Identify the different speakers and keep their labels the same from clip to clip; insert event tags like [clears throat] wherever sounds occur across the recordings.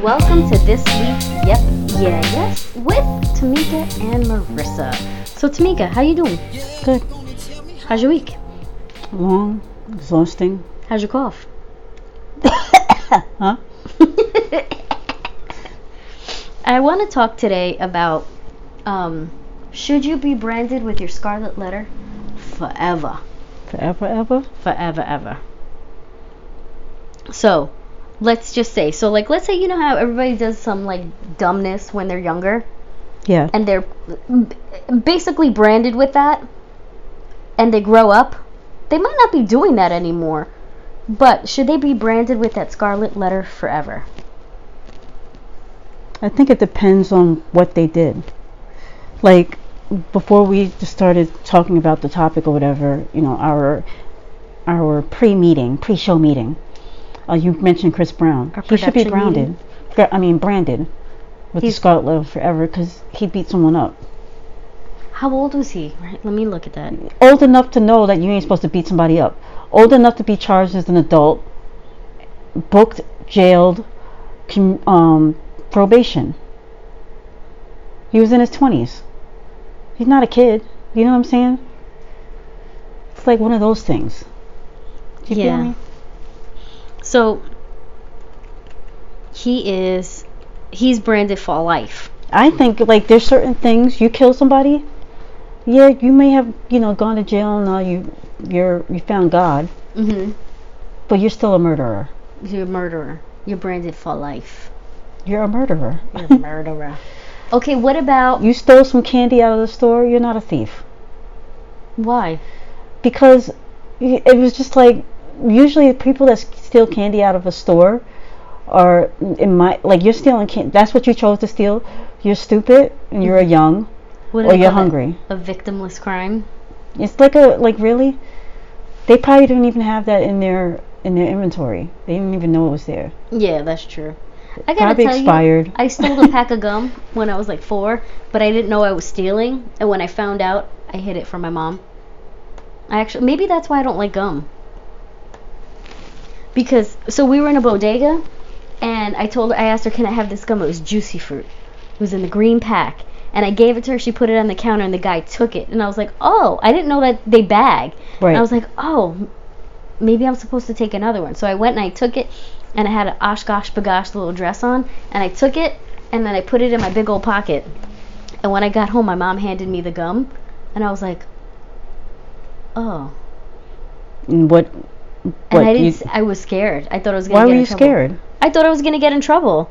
Speaker 1: Welcome to this week's Yep, Yeah, Yes with Tamika and Marissa. So Tamika, how you doing?
Speaker 2: Good.
Speaker 1: How's your week?
Speaker 2: Mm-hmm. Long, exhausting.
Speaker 1: How's your cough?
Speaker 2: Huh?
Speaker 1: [laughs] I want to talk today about um, should you be branded with your scarlet letter forever,
Speaker 2: Forever, ever?
Speaker 1: forever, ever. So, let's just say so like let's say you know how everybody does some like dumbness when they're younger
Speaker 2: Yeah.
Speaker 1: and they're b- basically branded with that and they grow up they might not be doing that anymore but should they be branded with that scarlet letter forever
Speaker 2: I think it depends on what they did. Like, before we just started talking about the topic or whatever, you know, our our pre-meeting, pre-show meeting, uh, you mentioned Chris Brown.
Speaker 1: Our
Speaker 2: he should be
Speaker 1: production
Speaker 2: branded.
Speaker 1: meeting.
Speaker 2: Gra- I mean, branded with
Speaker 1: He's-
Speaker 2: the scarlet letter forever because he beat someone up.
Speaker 1: how old was he right let me look at that
Speaker 2: old enough to know that you ain't supposed to beat somebody up, old enough to be charged as an adult, booked, jailed, com- um, probation. He was in his 20s. He's not a kid. You know what I'm saying? It's like one of those things. Do you
Speaker 1: Yeah.
Speaker 2: feel me?
Speaker 1: so he is he's branded for life
Speaker 2: I think like there's certain things you kill somebody. Yeah, you may have you know gone to jail and all you you're you found God,
Speaker 1: mm-hmm
Speaker 2: but you're still a murderer.
Speaker 1: you're a murderer you're branded for life
Speaker 2: You're a murderer.
Speaker 1: you're
Speaker 2: [laughs]
Speaker 1: a murderer okay what about
Speaker 2: you stole some candy out of the store, you're not a thief.
Speaker 1: why
Speaker 2: Because y- it was just like usually people that s- steal candy out of a store are in my like you're stealing candy. That's what you chose to steal. You're stupid and you're
Speaker 1: Mm-hmm.
Speaker 2: young
Speaker 1: what do
Speaker 2: or
Speaker 1: they
Speaker 2: Oh, you're
Speaker 1: call that?
Speaker 2: hungry.
Speaker 1: a victimless crime
Speaker 2: It's like a like really they probably don't even have that in their in their inventory. They didn't even know it was there.
Speaker 1: Yeah, that's true. I gotta
Speaker 2: Probably
Speaker 1: tell
Speaker 2: expired.
Speaker 1: you, I stole a pack of gum when I was like four, but I didn't know I was stealing. And when I found out, I hid it from my mom. I actually maybe that's why I don't like gum. Because so we were in a bodega, and I told her I asked her, "Can I have this gum?" It was juicy fruit. It was in the green pack, and I gave it to her. She put it on the counter, and the guy took it. And I was like, "Oh, I didn't know that they bag."
Speaker 2: Right.
Speaker 1: And I was like, oh, m- maybe I'm supposed to take another one. So I went and I took it, and I had an Oshkosh Bagosh little dress on, and I took it, and then I put it in my big old pocket. And when I got home, my mom handed me the gum, and I was like, oh.
Speaker 2: and what
Speaker 1: And
Speaker 2: what
Speaker 1: I didn't.
Speaker 2: you,
Speaker 1: s- I was scared. I thought I was gonna.
Speaker 2: why
Speaker 1: get
Speaker 2: were
Speaker 1: in
Speaker 2: you
Speaker 1: trouble.
Speaker 2: scared?
Speaker 1: I thought I was gonna get in trouble.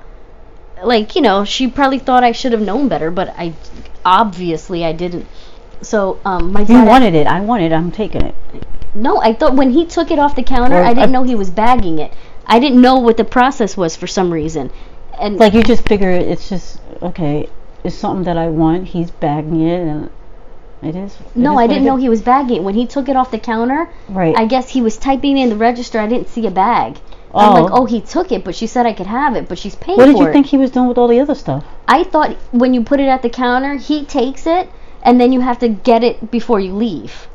Speaker 1: Like you know, she probably thought I should have known better, but I obviously I didn't. So um, my
Speaker 2: You
Speaker 1: dad
Speaker 2: wanted it. I wanted it. I'm taking it.
Speaker 1: No, I thought when he took it off the counter,
Speaker 2: Well,
Speaker 1: I didn't
Speaker 2: I-
Speaker 1: know he was bagging it. I didn't know what the process was for some reason. And
Speaker 2: like you just figure it's just okay it's something that i want he's bagging it and it is it is
Speaker 1: no, I
Speaker 2: what
Speaker 1: didn't
Speaker 2: it
Speaker 1: know
Speaker 2: is.
Speaker 1: he was bagging it. When he took it off the counter,
Speaker 2: right
Speaker 1: I guess he was typing in the register. I didn't see a bag. I'm like,
Speaker 2: Oh.
Speaker 1: oh, he took it, but she said I could have it, but she's paying
Speaker 2: what
Speaker 1: for
Speaker 2: did you
Speaker 1: it.
Speaker 2: think he was doing with all the other stuff
Speaker 1: I thought when you put it at the counter, he takes it, and then you have to get it before you leave.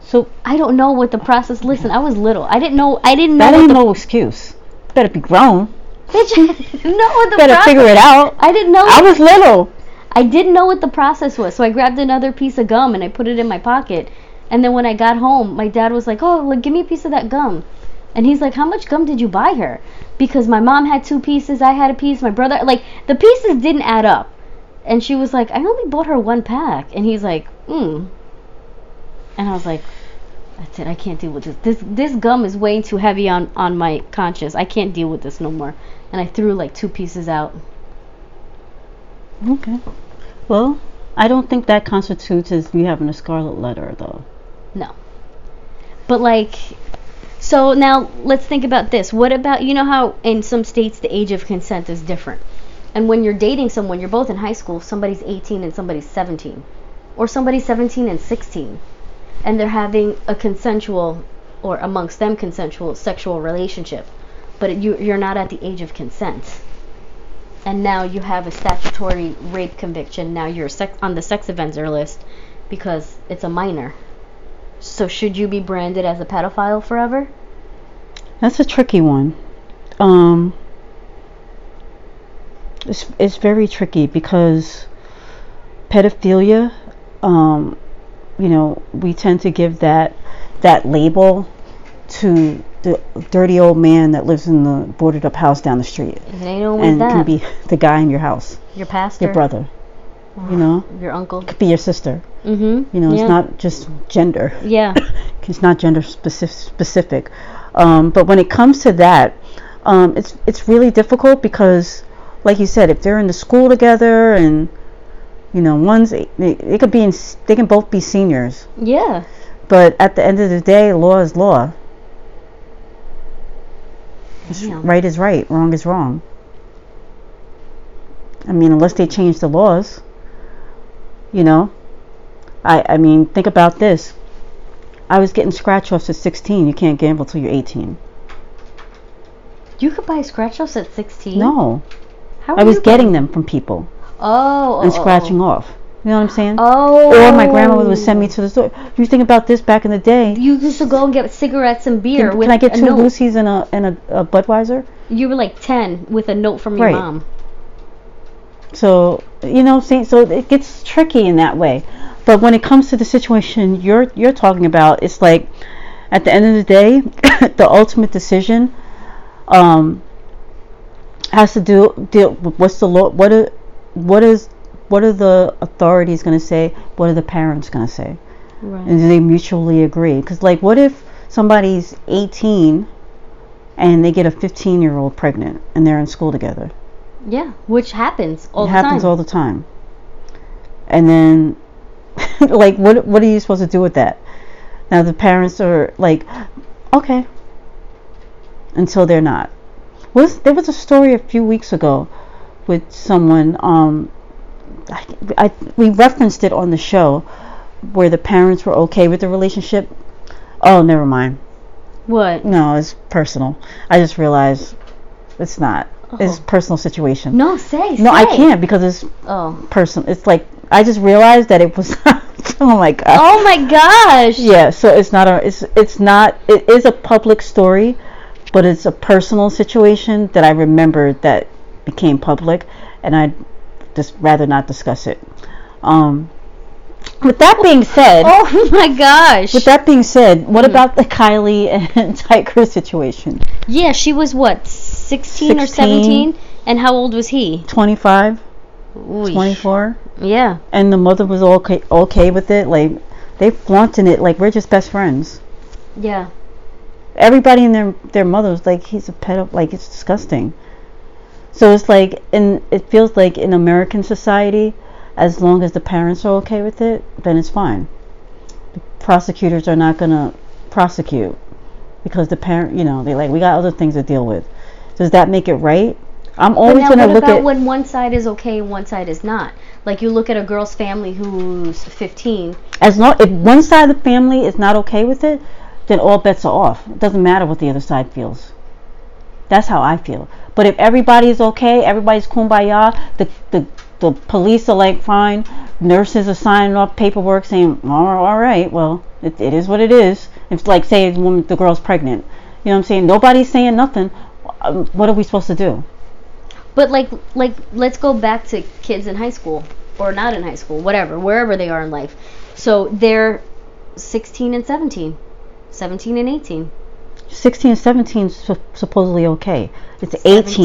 Speaker 2: so
Speaker 1: I don't know what the process. Listen, I was little. I didn't know. I didn't know.
Speaker 2: that
Speaker 1: what
Speaker 2: ain't
Speaker 1: the,
Speaker 2: no excuse better be grown
Speaker 1: Bitch, [laughs] I didn't know what the
Speaker 2: better
Speaker 1: process.
Speaker 2: figure it out
Speaker 1: I didn't know.
Speaker 2: i was little
Speaker 1: I didn't know what the process was, so I grabbed another piece of gum and I put it in my pocket. And then when I got home, my dad was like, "Oh, look, give me a piece of that gum." And he's like, "How much gum did you buy her?" Because my mom had two pieces, I had a piece, my brother like the pieces didn't add up. And she was like, "I only bought her one pack." And he's like, "Hmm." And I was like, "That's it. I can't deal with this. This this gum is way too heavy on on my conscience. I can't deal with this no more." And I threw like two pieces out.
Speaker 2: okay well i don't think that constitutes as you having a scarlet letter though
Speaker 1: No. But like so now let's think about this. What about you know how in some states the age of consent is different. And when you're dating someone, you're both in high school, somebody's 18 and somebody's 17 or somebody's 17 and 16 and they're having a consensual or amongst them consensual sexual relationship. But you you're not at the age of consent. And now you have a statutory rape conviction. Now you're sex- on the sex offender list because it's a minor. So should you be branded as a pedophile forever?
Speaker 2: that's a tricky one um It's it's very tricky because pedophilia, um, you know, we tend to give that that label to the dirty old man that lives in the boarded up house down the street,
Speaker 1: It ain't always
Speaker 2: and
Speaker 1: that.
Speaker 2: can be [laughs] the guy in your house,
Speaker 1: your pastor,
Speaker 2: your brother, you know,
Speaker 1: your uncle.
Speaker 2: could be your sister.
Speaker 1: Mm-hmm.
Speaker 2: You know,
Speaker 1: yeah.
Speaker 2: it's not just gender.
Speaker 1: Yeah.
Speaker 2: [laughs] It's not gender specific. specific. Um, but when it comes to that, um, it's it's really difficult because, like you said, if they're in the school together and you know, one's a- they, they could be in, s- they can both be seniors.
Speaker 1: Yeah.
Speaker 2: But at the end of the day, law is law.
Speaker 1: Damn.
Speaker 2: Right is right. Wrong is wrong. I mean, unless they change the laws, you know. I I mean, think about this. I was getting scratch offs at 16. You can't gamble till you're 18.
Speaker 1: You could buy scratch offs at 16.
Speaker 2: No,
Speaker 1: How
Speaker 2: I
Speaker 1: are
Speaker 2: was
Speaker 1: you
Speaker 2: getting them from people
Speaker 1: buying- Oh.
Speaker 2: and
Speaker 1: oh, oh,
Speaker 2: scratching off. You know what I'm saying?
Speaker 1: Oh.
Speaker 2: Or my grandmother would send me to the store. You think about this back in the day?
Speaker 1: You used to go and get cigarettes and beer
Speaker 2: Can,
Speaker 1: with
Speaker 2: can I get
Speaker 1: a
Speaker 2: two
Speaker 1: note.
Speaker 2: Lucy's and a and a, a Budweiser?
Speaker 1: You were like 10 with a note from
Speaker 2: Right.
Speaker 1: your mom.
Speaker 2: So you know, see, so it gets tricky in that way. But when it comes to the situation you're you're talking about, it's like at the end of the day, [coughs] the ultimate decision um, has to do deal with what's the law, what are, what is what are the authorities going to say? What are the parents going to say?
Speaker 1: Right.
Speaker 2: And do they mutually agree? Because like, what if somebody's 18 and they get a 15 year old pregnant and they're in school together?
Speaker 1: Yeah, which happens all
Speaker 2: it
Speaker 1: the
Speaker 2: happens
Speaker 1: time.
Speaker 2: all the time. And then, [laughs] like, what what are you supposed to do with that? Now the parents are like, okay, until they're not. Was there was a story a few weeks ago with someone. Um, I, I we referenced it on the show where the parents were okay with the relationship. Oh, never mind.
Speaker 1: what?
Speaker 2: No, it's personal. I just realized it's not. It's
Speaker 1: Oh.
Speaker 2: personal situation.
Speaker 1: No, say.
Speaker 2: no I
Speaker 1: say.
Speaker 2: can't because it's
Speaker 1: Oh.
Speaker 2: person. It's like I just realized that it was. [laughs] oh my god.
Speaker 1: Oh my gosh.
Speaker 2: Yeah. So it's not a. It's it's not. It is a public story, but it's a personal situation that I remembered that became public, and I just rather not discuss it. Um. With that being said.
Speaker 1: [laughs] Oh Hmm. my gosh.
Speaker 2: With that being said, what about the Kylie [laughs] and Tiger situation?
Speaker 1: yeah, she was what, 16, or
Speaker 2: 16.
Speaker 1: 17? And how old was he?
Speaker 2: 25,
Speaker 1: Ooh,
Speaker 2: 24,
Speaker 1: Yeah.
Speaker 2: and the mother was okay okay with it. Like they flaunting it like we're just best friends.
Speaker 1: Yeah.
Speaker 2: everybody and their their mother's like he's a pedo like it's disgusting so it's like in it feels like in american society as long as the parents are okay with it then it's fine the prosecutors are not going to prosecute because the parent you know they like we got other things to deal with does that make it right i'm
Speaker 1: But
Speaker 2: always
Speaker 1: now
Speaker 2: going to
Speaker 1: what
Speaker 2: look
Speaker 1: about
Speaker 2: at
Speaker 1: when one side is okay and one side is not? Like you look at a girl's family who's 15.
Speaker 2: as long if one side of the family is not okay with it, then all bets are off. It doesn't matter what the other side feels. That's how I feel. But if everybody is okay, everybody's kumbaya, the the the police are like fine, nurses are signing off paperwork saying all right, all right well it, it is what it is. It's like say the woman the girl's pregnant, you know what I'm saying? Nobody's saying nothing. Um, What are we supposed to do?
Speaker 1: But like like let's go back to kids in high school or not in high school, whatever, wherever they are in life. So they're 16 and 17, 17 and 18,
Speaker 2: 16 and 17 is sup- supposedly okay. It's 18,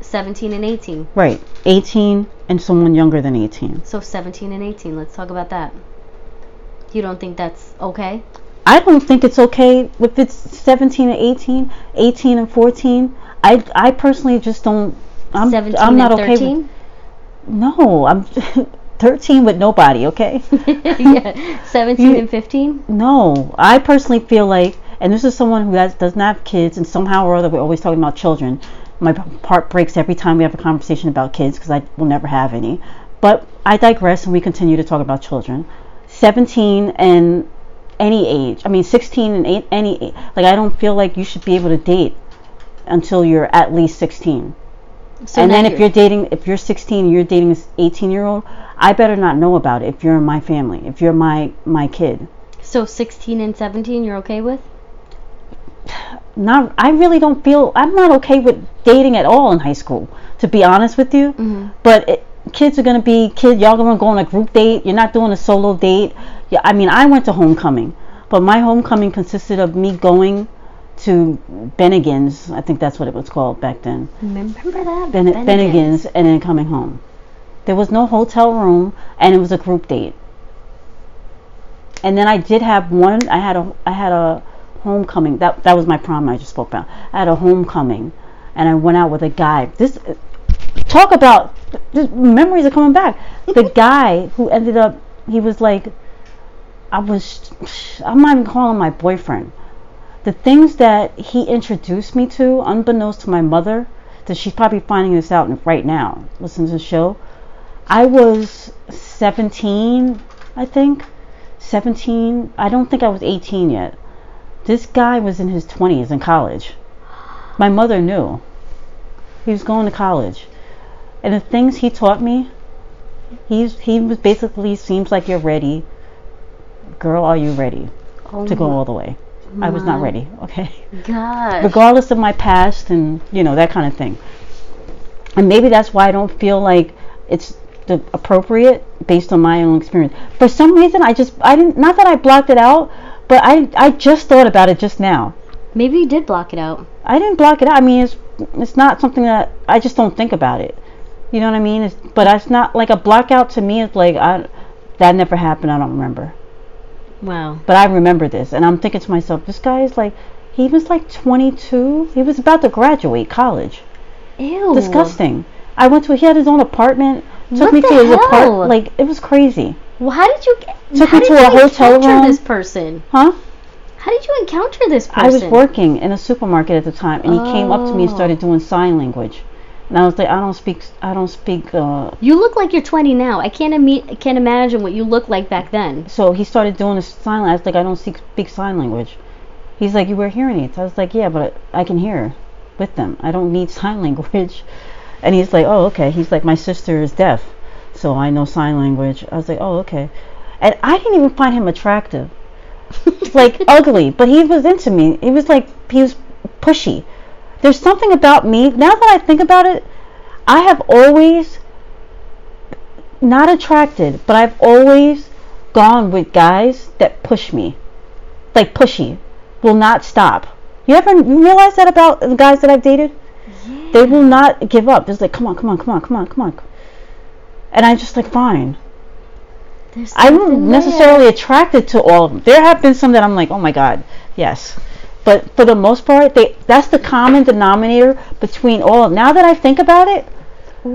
Speaker 1: 17, 17 and 18.
Speaker 2: right? 18 and someone younger than 18.
Speaker 1: So 17 and 18, let's talk about that. You don't think that's okay?
Speaker 2: I don't think it's okay if it's 17 and 18, 18 and 14. I, I personally just don't. I'm,
Speaker 1: 17
Speaker 2: I'm not
Speaker 1: and
Speaker 2: okay. With,
Speaker 1: 13?
Speaker 2: no, I'm [laughs] 13 with nobody. Okay. [laughs]
Speaker 1: [laughs] yeah. 17
Speaker 2: You-
Speaker 1: and 15?
Speaker 2: No, I personally feel like, and this is someone who has, doesn't have kids, and somehow or other we're always talking about children. My heart breaks every time we have a conversation about kids because I will never have any. But I digress, and we continue to talk about children. 17 and any age, I mean 16 and eight, any age. Like I don't feel like you should be able to date until you're at least 16.
Speaker 1: So
Speaker 2: and
Speaker 1: now
Speaker 2: then if you're dating, if you're 16, you're dating this 18 year old. I better not know about it if you're in my family, if you're my my kid.
Speaker 1: So 16 and 17 you're okay with?
Speaker 2: not I really don't feel I'm not okay with dating at all in high school to be honest with you
Speaker 1: Mm.
Speaker 2: but it, kids are gonna be kids y'all gonna go on a group date you're not doing a solo date yeah I mean I went to homecoming but my homecoming consisted of me going to Bennigan's I think that's what it was called back then
Speaker 1: Remember that?
Speaker 2: Ben- Bennigan's and then coming home there was no hotel room and it was a group date and then I did have one. I had a I had a homecoming. That that was my prom. I just spoke about. I had a homecoming, and I went out with a guy. This talk about this, memories are coming back. The guy who ended up he was like, I was I'm not even calling my boyfriend. The things that he introduced me to, unbeknownst to my mother, that she's probably finding this out right now. Listen to the show. I was 17, I think. 17 i don't think i was 18 yet this guy was in his 20s in college my mother knew he was going to college and the things he taught me he's he was basically seems like you're ready girl are you ready
Speaker 1: Oh
Speaker 2: to go
Speaker 1: my
Speaker 2: all the way i was not ready okay
Speaker 1: Gosh.
Speaker 2: regardless of my past and you know that kind of thing and maybe that's why i don't feel like it's the appropriate based on my own experience for some reason i just i didn't not that i blocked it out but i i just thought about it just now
Speaker 1: Maybe you did block it out.
Speaker 2: i didn't block it out i mean it's it's not something that i just don't think about it you know what i mean it's, but it's not like a block out to me it's like i that never happened i don't remember
Speaker 1: Wow.
Speaker 2: but I remember this, and I'm thinking to myself, this guy is like, he was like 22. He was about to graduate college.
Speaker 1: Ew.
Speaker 2: Disgusting. I went to. He had his own apartment. Took
Speaker 1: What
Speaker 2: me
Speaker 1: the
Speaker 2: to his
Speaker 1: hell?
Speaker 2: apartment. Like it was crazy,
Speaker 1: Well, how did you get-
Speaker 2: Took
Speaker 1: how
Speaker 2: me
Speaker 1: did
Speaker 2: to a
Speaker 1: you
Speaker 2: hotel
Speaker 1: encounter
Speaker 2: room.
Speaker 1: this person?
Speaker 2: huh?
Speaker 1: How did you encounter this person?
Speaker 2: I was working in a supermarket at the time, and he came up to me and
Speaker 1: Oh.
Speaker 2: started doing sign language. And I was like, I don't speak. I don't speak. Uh,
Speaker 1: You look like you're 20 now. I can't ame- can't imagine what you looked like back then.
Speaker 2: so he started doing a sign. I was like, I don't speak, speak sign language. He's like, you wear hearing aids. I was like, yeah, but I can hear with them. I don't need [laughs] sign language. And he's like, oh, okay. He's like, my sister is deaf, so I know sign language. I was like, oh, okay. And I didn't even find him attractive,
Speaker 1: [laughs]
Speaker 2: [laughs] like ugly, but he was into me. He was like, he was pushy. There's something about me. Now that I think about it, I have always not attracted, but I've always gone with guys that push me, like pushy, will not stop. You ever realize that about the guys that I've dated? They will not give up. It's like, come on, come on, come on, come on, come on. And I'm just like, fine.
Speaker 1: There's
Speaker 2: I
Speaker 1: something
Speaker 2: wasn't
Speaker 1: there.
Speaker 2: necessarily attracted to all of them. There have been some that I'm like, oh my god, yes. But for the most part, they that's the common denominator between all. Now that I think about it,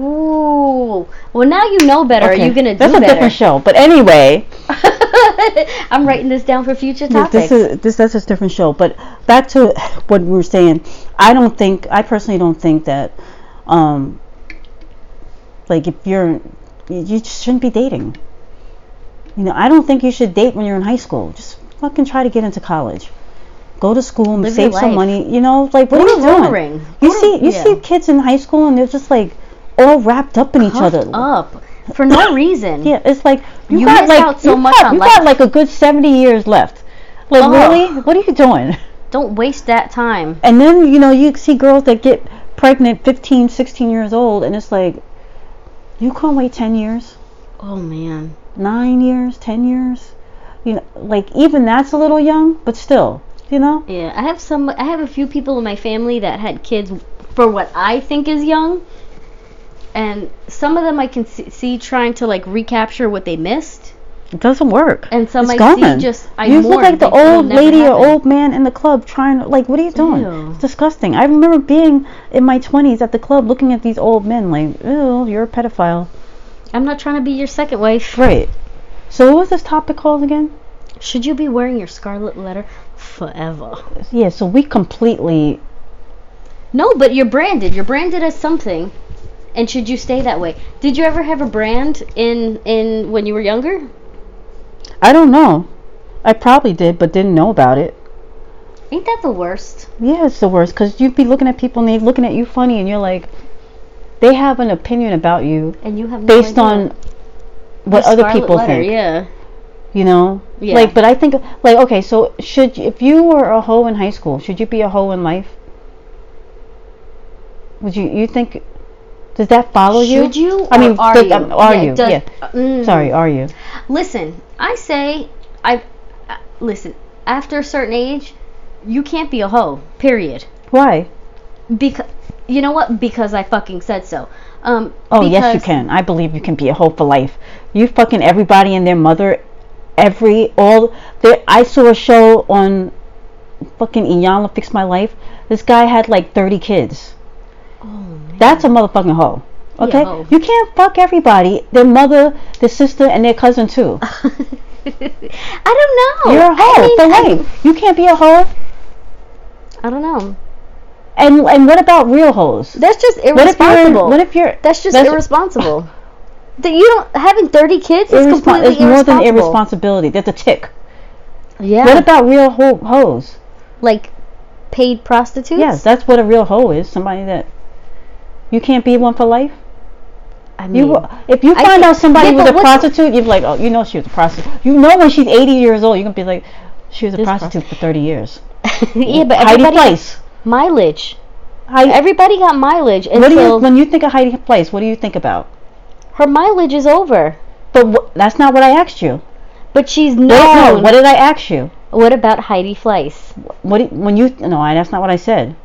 Speaker 1: Ooh. Well, now you know better.
Speaker 2: okay,
Speaker 1: Are you gonna
Speaker 2: that's
Speaker 1: do
Speaker 2: a different show. But anyway,
Speaker 1: better? [laughs] I'm writing this down for future
Speaker 2: Yeah,
Speaker 1: topics.
Speaker 2: This is this that's a different show. But back to [laughs] what we were saying. I don't think I personally don't think that um like if you're you you just shouldn't be dating. You know, I don't think you should date when you're in high school. Just fucking try to get into college. Go to school and
Speaker 1: Live your
Speaker 2: save some
Speaker 1: life.
Speaker 2: money. You know, like what
Speaker 1: Go
Speaker 2: are
Speaker 1: to
Speaker 2: you
Speaker 1: Rotary.
Speaker 2: doing? You
Speaker 1: Go to-
Speaker 2: see you
Speaker 1: yeah.
Speaker 2: see kids in high school and they're just like all wrapped up in each
Speaker 1: Puffed
Speaker 2: other.
Speaker 1: up for
Speaker 2: [laughs]
Speaker 1: no reason.
Speaker 2: Yeah, it's like you,
Speaker 1: You
Speaker 2: got
Speaker 1: miss
Speaker 2: like
Speaker 1: out so
Speaker 2: you,
Speaker 1: much
Speaker 2: got,
Speaker 1: on
Speaker 2: you
Speaker 1: life. Oh.
Speaker 2: got like a good 70 years left. Like
Speaker 1: Ugh.
Speaker 2: really? What are you doing?
Speaker 1: Don't waste that time.
Speaker 2: And then, you know, you see girls that get pregnant 15, 16 years old and it's like you can't wait 10 years,
Speaker 1: Oh man.
Speaker 2: 9 years, 10 years. You know, like even that's a little young, but still, you know?
Speaker 1: Yeah, I have some. I have a few people in my family that had kids for what I think is young, and some of them I can see, see trying to like recapture what they missed,
Speaker 2: It doesn't work.
Speaker 1: and some
Speaker 2: It's
Speaker 1: I
Speaker 2: gone.
Speaker 1: see just I
Speaker 2: you
Speaker 1: mourn,
Speaker 2: look like the
Speaker 1: it will
Speaker 2: old
Speaker 1: never
Speaker 2: lady
Speaker 1: happen.
Speaker 2: or old man in the club trying to like what are you doing
Speaker 1: Ew.
Speaker 2: it's disgusting i remember being in my 20s at the club looking at these old men like ew you're a pedophile
Speaker 1: I'm not trying to be your second wife.
Speaker 2: right so what was this topic called again
Speaker 1: Should you be wearing your scarlet letter forever?
Speaker 2: yeah so we completely
Speaker 1: No, but you're branded. You're branded as something, and should you stay that way? Did you ever have a brand in in when you were younger?
Speaker 2: i don't know i probably did but didn't know about it
Speaker 1: Ain't that the worst?
Speaker 2: yeah it's the worst because you'd be looking at people and they're looking at you funny and you're like they have an opinion about you
Speaker 1: And you have no
Speaker 2: based
Speaker 1: idea.
Speaker 2: on what
Speaker 1: Your
Speaker 2: other
Speaker 1: scarlet
Speaker 2: people
Speaker 1: letter,
Speaker 2: think
Speaker 1: Yeah.
Speaker 2: You know,
Speaker 1: Yeah.
Speaker 2: like, but I think, like, okay, so should if you were a hoe in high school, should you be a hoe in life? Would you you think? Does that follow you?
Speaker 1: Should you?
Speaker 2: I
Speaker 1: or
Speaker 2: mean,
Speaker 1: are
Speaker 2: but,
Speaker 1: you?
Speaker 2: um, are
Speaker 1: Yeah,
Speaker 2: you?
Speaker 1: does-
Speaker 2: yeah.
Speaker 1: Mm.
Speaker 2: Sorry, are you?
Speaker 1: Listen, I say, I uh, listen. After a certain age, you can't be a hoe. Period.
Speaker 2: Why?
Speaker 1: Because you know what? Because I fucking said so. Um.
Speaker 2: Oh yes, you
Speaker 1: because-
Speaker 2: can. I believe you can be a hoe for life. You fucking everybody and their mother, every all. There, I saw a show on fucking Iyanla Fix My Life. This guy had like 30 kids.
Speaker 1: Oh, man. [laughs]
Speaker 2: That's a motherfucking hoe. Okay,
Speaker 1: hoe.
Speaker 2: you can't fuck everybody. Their mother, their sister, and their cousin too.
Speaker 1: I don't know.
Speaker 2: You're a hoe
Speaker 1: I mean,
Speaker 2: for
Speaker 1: I-
Speaker 2: life. You can't be a hoe.
Speaker 1: I don't know.
Speaker 2: And and what about real hoes?
Speaker 1: That's just
Speaker 2: What if
Speaker 1: irresponsible.
Speaker 2: you're? What if you're?
Speaker 1: That's just
Speaker 2: [sighs]
Speaker 1: irresponsible. that you don't having thirty kids is
Speaker 2: irrespon-
Speaker 1: completely
Speaker 2: It's more than
Speaker 1: irresponsible.
Speaker 2: irresponsibility. That's a tick.
Speaker 1: Yeah.
Speaker 2: What about real ho- hoes?
Speaker 1: like paid prostitutes?
Speaker 2: Yes, that's what a real hoe is. Somebody that you can't be one for life.
Speaker 1: I
Speaker 2: You
Speaker 1: mean,
Speaker 2: if you
Speaker 1: I
Speaker 2: find
Speaker 1: think-
Speaker 2: out somebody
Speaker 1: Yeah,
Speaker 2: was
Speaker 1: but
Speaker 2: a
Speaker 1: what-
Speaker 2: prostitute, you're like, oh, you know she was a prostitute. You know when she's 80 years old, you're gonna be like, she was a
Speaker 1: This
Speaker 2: prostitute for 30 years.
Speaker 1: [laughs] yeah, but
Speaker 2: Heidi
Speaker 1: everybody
Speaker 2: Place.
Speaker 1: mileage.
Speaker 2: Heidi,
Speaker 1: Everybody got mileage
Speaker 2: what do you
Speaker 1: until
Speaker 2: when you think of Heidi Place? What do you think about?
Speaker 1: her mileage is over.
Speaker 2: But wh- that's not what I asked you.
Speaker 1: But she's
Speaker 2: No,
Speaker 1: known.
Speaker 2: what did I ask you?
Speaker 1: What about Heidi Fleiss?
Speaker 2: What do, when you no, I- that's not what I said.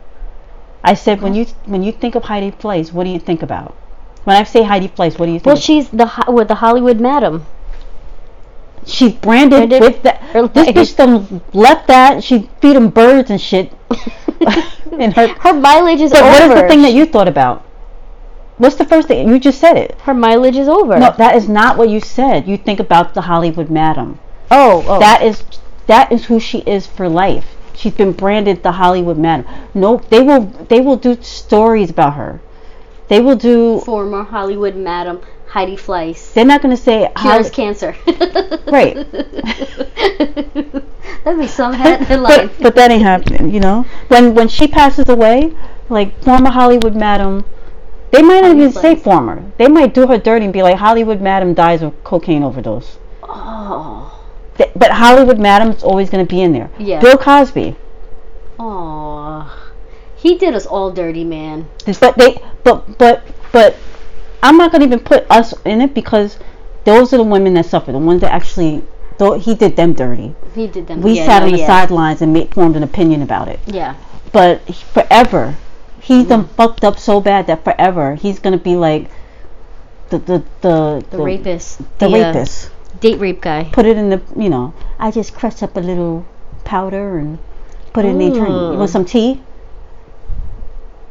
Speaker 2: I said when you when you think of Heidi Place, what do you think about? When I say Heidi Place, what do you think?
Speaker 1: Well,
Speaker 2: of?
Speaker 1: she's the ho- with the Hollywood
Speaker 2: [laughs]
Speaker 1: madam.
Speaker 2: She's branded
Speaker 1: Branded
Speaker 2: with that.
Speaker 1: her
Speaker 2: This
Speaker 1: life.
Speaker 2: bitch done left that. She feed them birds and shit. and
Speaker 1: [laughs]
Speaker 2: her.
Speaker 1: Her mileage is
Speaker 2: But
Speaker 1: over.
Speaker 2: what is the thing that you thought about? What's the first thing you just said it?
Speaker 1: her mileage is over.
Speaker 2: No, that is not what you said. You think about the Hollywood madam.
Speaker 1: oh, oh.
Speaker 2: That is, that is who she is for life. She's been branded the Hollywood madam. No, they will, they will do stories about her. They will do.
Speaker 1: former Hollywood madam Heidi Fleiss.
Speaker 2: They're not going to say
Speaker 1: cures
Speaker 2: Holly-
Speaker 1: cancer. [laughs]
Speaker 2: Right.
Speaker 1: That'd be some head-
Speaker 2: [laughs]
Speaker 1: headline.
Speaker 2: but, but that ain't happening, you know. When when she passes away, like former Hollywood madam, they might not even say
Speaker 1: Hollywood.
Speaker 2: former. They might do her dirty and be like Hollywood madam dies of cocaine overdose.
Speaker 1: oh,
Speaker 2: Th- But Hollywood madam is always going to be in there.
Speaker 1: Yeah.
Speaker 2: Bill Cosby.
Speaker 1: oh, he did us all dirty, man.
Speaker 2: But they but but but I'm not going to even put us in it because those are the women that suffer, the ones that actually though he did them dirty.
Speaker 1: He did them.
Speaker 2: We
Speaker 1: yeah,
Speaker 2: sat
Speaker 1: no,
Speaker 2: on the
Speaker 1: yeah.
Speaker 2: sidelines and made, formed an opinion about it.
Speaker 1: Yeah,
Speaker 2: but he- forever he's
Speaker 1: Mm-hmm.
Speaker 2: done fucked up so bad that forever he's gonna be like the the the,
Speaker 1: the rapist.
Speaker 2: the
Speaker 1: uh,
Speaker 2: rapist
Speaker 1: date rape guy.
Speaker 2: put it in the you know i just crushed up a little powder and put it in a
Speaker 1: Ooh.
Speaker 2: drink with some tea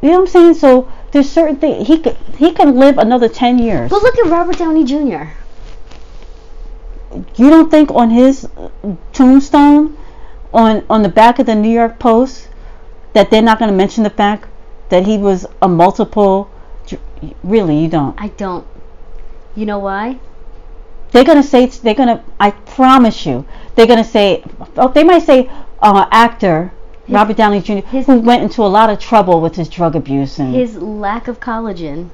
Speaker 2: you know what i'm saying so there's certain things he could he can live another 10 years
Speaker 1: But look at Robert Downey Jr.
Speaker 2: you don't think on his uh, tombstone on on the back of the new york post that they're not going to mention the fact that he was a multiple dr- really you don't
Speaker 1: I don't. You know why?
Speaker 2: they're going to say it's- they're going to i promise you they're going to say oh, they might say uh, actor robert downey jr
Speaker 1: his-
Speaker 2: who went into a lot of trouble with his drug abuse and his,
Speaker 1: His lack of collagen.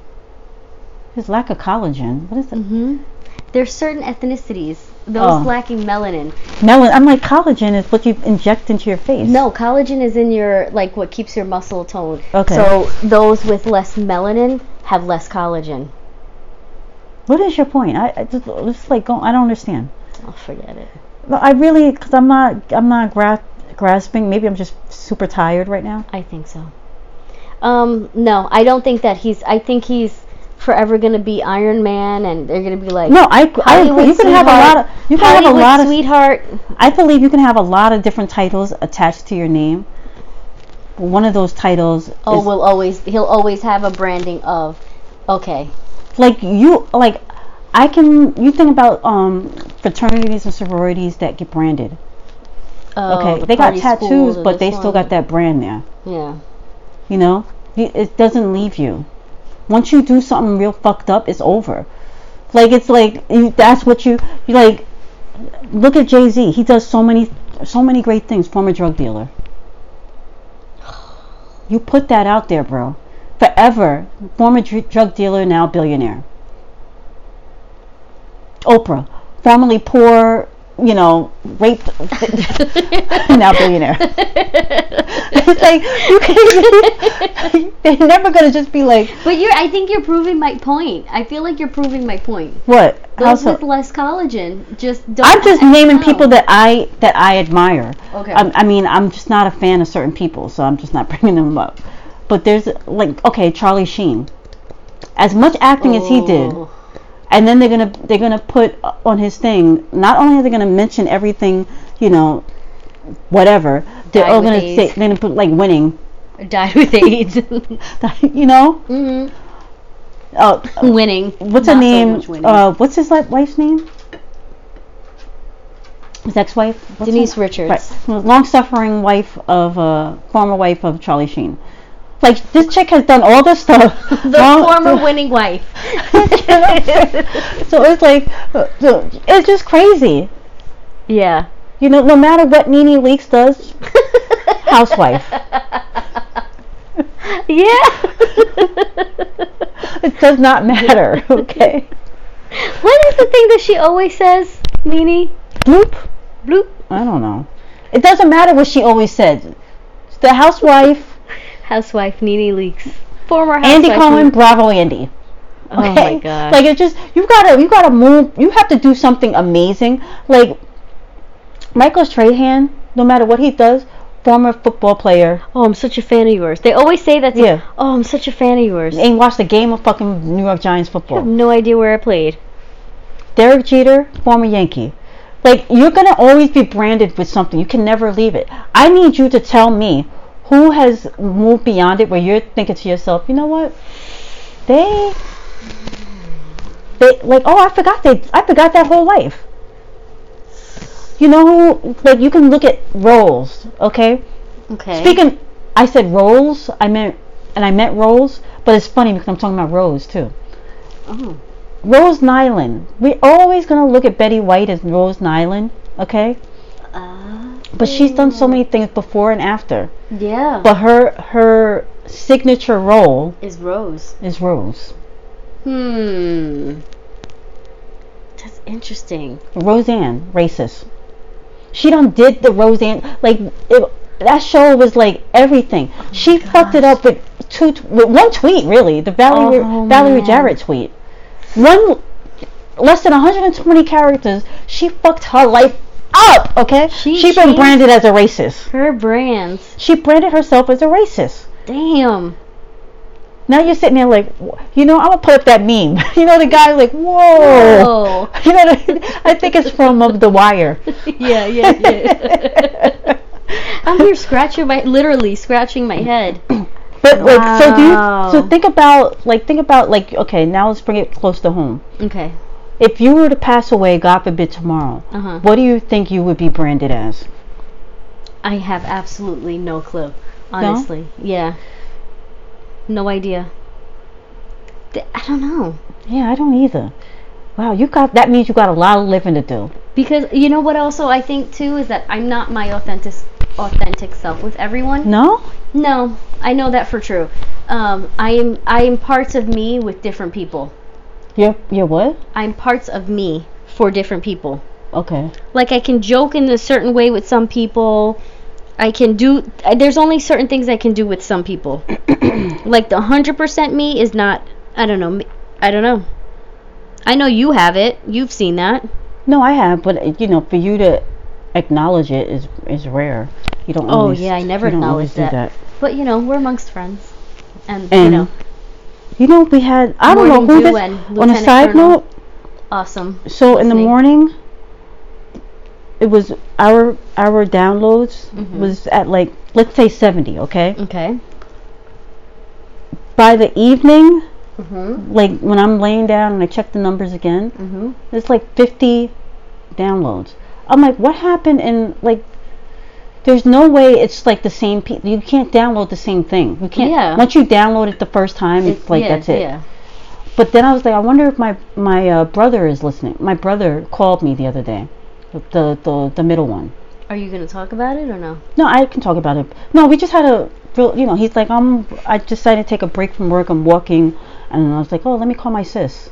Speaker 2: lack of collagen what is that
Speaker 1: Mm-hmm. There's certain ethnicities those
Speaker 2: Oh.
Speaker 1: lacking melanin.
Speaker 2: melon i'm like collagen is what you inject into your face
Speaker 1: No, collagen is in your like what keeps your muscle toned.
Speaker 2: Okay.
Speaker 1: So those with less melanin have less collagen.
Speaker 2: what is your point i, I just it's like go- i don't understand
Speaker 1: Oh, forget it.
Speaker 2: No, I really, cause I'm not, I'm not gra- grasping. Maybe I'm just super tired right now.
Speaker 1: I think so. Um, no, I don't think that he's. I think he's forever gonna be Iron Man, and they're gonna be like.
Speaker 2: No, I, I agree.
Speaker 1: Hollywood
Speaker 2: You can have a
Speaker 1: sweetheart.
Speaker 2: lot of, you can have a
Speaker 1: Hollywood
Speaker 2: lot of.
Speaker 1: sweetheart.
Speaker 2: I believe you can have a lot of different titles attached to your name. One of those titles
Speaker 1: Oh,
Speaker 2: is
Speaker 1: will always. He'll always have a branding of. Okay.
Speaker 2: like you, like I can. You think about um fraternities and sororities that get branded.
Speaker 1: Oh,
Speaker 2: Okay,
Speaker 1: the
Speaker 2: they got
Speaker 1: party schools
Speaker 2: tattoos,
Speaker 1: and
Speaker 2: but they
Speaker 1: this
Speaker 2: still
Speaker 1: one.
Speaker 2: got that brand there.
Speaker 1: Yeah.
Speaker 2: You know, You- it doesn't leave you. Once you do something real fucked up, it's over. Like it's like you, that's what you you like. Look at Jay Z. He does so many so many great things. Former drug dealer. You put that out there, bro. Forever, former dr- drug dealer, now billionaire. Oprah, formerly poor, you know, raped. [laughs] now billionaire. [laughs] it's like you can [laughs] They're never gonna just be like
Speaker 1: But you're. I think you're proving my point. I feel like you're proving my point.
Speaker 2: what.
Speaker 1: Those
Speaker 2: Howso-
Speaker 1: with less collagen just don't.
Speaker 2: I'm just
Speaker 1: I don't
Speaker 2: naming
Speaker 1: know.
Speaker 2: people that I that I admire.
Speaker 1: Okay.
Speaker 2: I'm, I mean, I'm just not a fan of certain people, so I'm just not [laughs] bringing them up. But there's like okay, Charlie Sheen. As much acting as he did,
Speaker 1: Oh. [laughs]
Speaker 2: and then they're gonna they're gonna put on his thing. Not only are they gonna mention everything, you know, whatever. They're
Speaker 1: Died
Speaker 2: all
Speaker 1: with
Speaker 2: gonna
Speaker 1: AIDS.
Speaker 2: say, they're gonna put like winning, [laughs]
Speaker 1: Died with AIDS. mm-hmm.
Speaker 2: you know. Uh,
Speaker 1: Winning.
Speaker 2: Mm-hmm. what's
Speaker 1: Not
Speaker 2: her
Speaker 1: so
Speaker 2: name?
Speaker 1: much winning.
Speaker 2: uh, what's his li- wife's name? His ex-wife. What's her-
Speaker 1: Denise Richards.
Speaker 2: Right. Long-suffering wife of uh, former wife of Charlie Sheen. Like this chick has done all this stuff.
Speaker 1: [laughs] The
Speaker 2: Long- [laughs]
Speaker 1: former winning wife.
Speaker 2: so it's like, uh, so it's just crazy.
Speaker 1: yeah.
Speaker 2: You know, no matter what Nene Leaks does, housewife.
Speaker 1: [laughs]
Speaker 2: [laughs]
Speaker 1: Yeah.
Speaker 2: It does
Speaker 1: [laughs]
Speaker 2: not matter. Okay.
Speaker 1: what is the thing that she always says, Nini?
Speaker 2: Bloop.
Speaker 1: Bloop.
Speaker 2: I don't know. It doesn't matter what she always said. The housewife.
Speaker 1: Housewife Nini Leaks. Former housewife.
Speaker 2: Andy Cohen,
Speaker 1: Nene-
Speaker 2: bravo Andy.
Speaker 1: Oh my
Speaker 2: Okay? [laughs]
Speaker 1: gosh.
Speaker 2: Like it's just you gotta you gotta move you have to do something amazing. Like Michael Strahan, no matter what he does, former football player.
Speaker 1: Oh, I'm such a fan of yours. They always say that. To
Speaker 2: Yeah.
Speaker 1: Oh, I'm such a fan of yours. I
Speaker 2: Ain't watched a game of fucking New York Giants
Speaker 1: have
Speaker 2: football.
Speaker 1: no idea where I played.
Speaker 2: Derek Jeter, former Yankee. Like you're gonna always be branded with something. You can never leave it. I need you to tell me who has moved beyond it where you're thinking to yourself, you know what? They they like oh I forgot they I forgot that whole life. You know who like you can look at roles, okay?
Speaker 1: Okay.
Speaker 2: Speaking I said roles, I meant and I meant roles, but it's funny because I'm talking about roles too.
Speaker 1: Oh.
Speaker 2: Rose Nyland. We're always gonna look at Betty White as Rose Nyland, okay?
Speaker 1: Uh,
Speaker 2: But she's done so many things before and after.
Speaker 1: yeah.
Speaker 2: But her her signature role
Speaker 1: is Rose.
Speaker 2: is Rose.
Speaker 1: Hmm. That's interesting.
Speaker 2: Roseanne, racist. She done did the Roseanne like it, that show was like everything.
Speaker 1: Oh
Speaker 2: she fucked it up with two t- with one tweet really, the Valerie
Speaker 1: Oh,
Speaker 2: Valerie
Speaker 1: man.
Speaker 2: Jarrett tweet. One less than 120 characters. She fucked her life up. Okay,
Speaker 1: She
Speaker 2: she been
Speaker 1: changed-
Speaker 2: branded as a racist.
Speaker 1: Her brands.
Speaker 2: She branded herself as a racist.
Speaker 1: Damn.
Speaker 2: Now you're sitting there like, "Wh- you know, I'm gonna put up that meme. [laughs] you know, the guy like, whoa.
Speaker 1: Oh.
Speaker 2: [laughs] You know, what I mean? I think it's from um, The Wire.
Speaker 1: [laughs] yeah, yeah, yeah. [laughs] I'm here scratching my, literally scratching my
Speaker 2: [coughs]
Speaker 1: head.
Speaker 2: But like, so do
Speaker 1: Wow.
Speaker 2: you? So think about like, think about like, okay, now let's bring it close to home.
Speaker 1: Okay.
Speaker 2: If you were to pass away, God forbid, tomorrow,
Speaker 1: Uh huh.
Speaker 2: what do you think you would be branded as?
Speaker 1: I have absolutely no clue. Honestly. Yeah. No idea. Th- I don't know.
Speaker 2: Yeah, I don't either. Wow, you got that means you got a lot of living to do.
Speaker 1: Because you know what also I think too is that I'm not my authentic authentic self with everyone.
Speaker 2: No,
Speaker 1: No, I know that for true. Um, I am I am parts of me with different people.
Speaker 2: you're you're what?
Speaker 1: I'm parts of me for different people.
Speaker 2: Okay,
Speaker 1: Like I can joke in a certain way with some people. I can do I- there's only certain things I can do with some
Speaker 2: [coughs]
Speaker 1: people. like the 100% me is not I don't know. m- I don't know. I know you have it. You've seen that.
Speaker 2: no, I have, but uh, you know, for you to acknowledge it is is rare. You don't.
Speaker 1: Oh,
Speaker 2: always-
Speaker 1: yeah, I never
Speaker 2: you don't always
Speaker 1: acknowledge
Speaker 2: do
Speaker 1: that. But you know, we're amongst friends. And, you
Speaker 2: And-
Speaker 1: know,
Speaker 2: You know, we had I don't
Speaker 1: Morning
Speaker 2: know who
Speaker 1: dew
Speaker 2: this.
Speaker 1: and
Speaker 2: On a
Speaker 1: Lieutenant
Speaker 2: side
Speaker 1: Colonel.
Speaker 2: note,
Speaker 1: awesome.
Speaker 2: So in the
Speaker 1: Listening.
Speaker 2: morning, it was our our downloads
Speaker 1: Mhm.
Speaker 2: was at like let's say 70, okay?
Speaker 1: Okay.
Speaker 2: By the evening,
Speaker 1: Mhm.
Speaker 2: like when I'm laying down and I check the numbers again,
Speaker 1: Mhm.
Speaker 2: it's like 50 downloads. I'm like, what happened? And like, there's no way it's like the same. Pe- you can't download the same thing. You can't.
Speaker 1: Yeah.
Speaker 2: Once you download it the first time, it's, like
Speaker 1: yeah,
Speaker 2: that's it.
Speaker 1: Yeah.
Speaker 2: But then I was like, I wonder if my my uh, brother is listening. My brother called me the other day, the the the middle one.
Speaker 1: Are you going to talk about it or no?
Speaker 2: No, I can talk about it. No, we just had a real, you know, he's um, like, I'm, I decided to take a break from work. I'm walking. And I was like, oh, let me call my sis.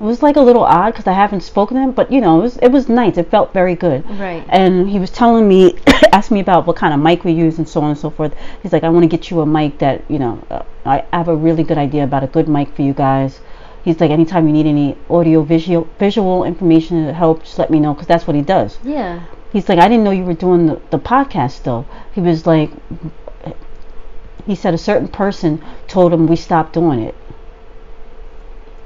Speaker 2: It was like a little odd because I haven't spoken to him, but you know, it was, it was nice. It felt very good.
Speaker 1: Right.
Speaker 2: And he was telling me, [coughs] asked me about what kind of mic we use and so on and so forth. He's like, I want to get you a mic that, you know, uh, I I have a really good idea about a good mic for you guys. He's like, anytime you need any audio visual visual information to help, just let me know because that's what he does.
Speaker 1: Yeah.
Speaker 2: He's like, I didn't know you were doing the, the podcast though. He was like, he said a certain person told him we stopped doing it,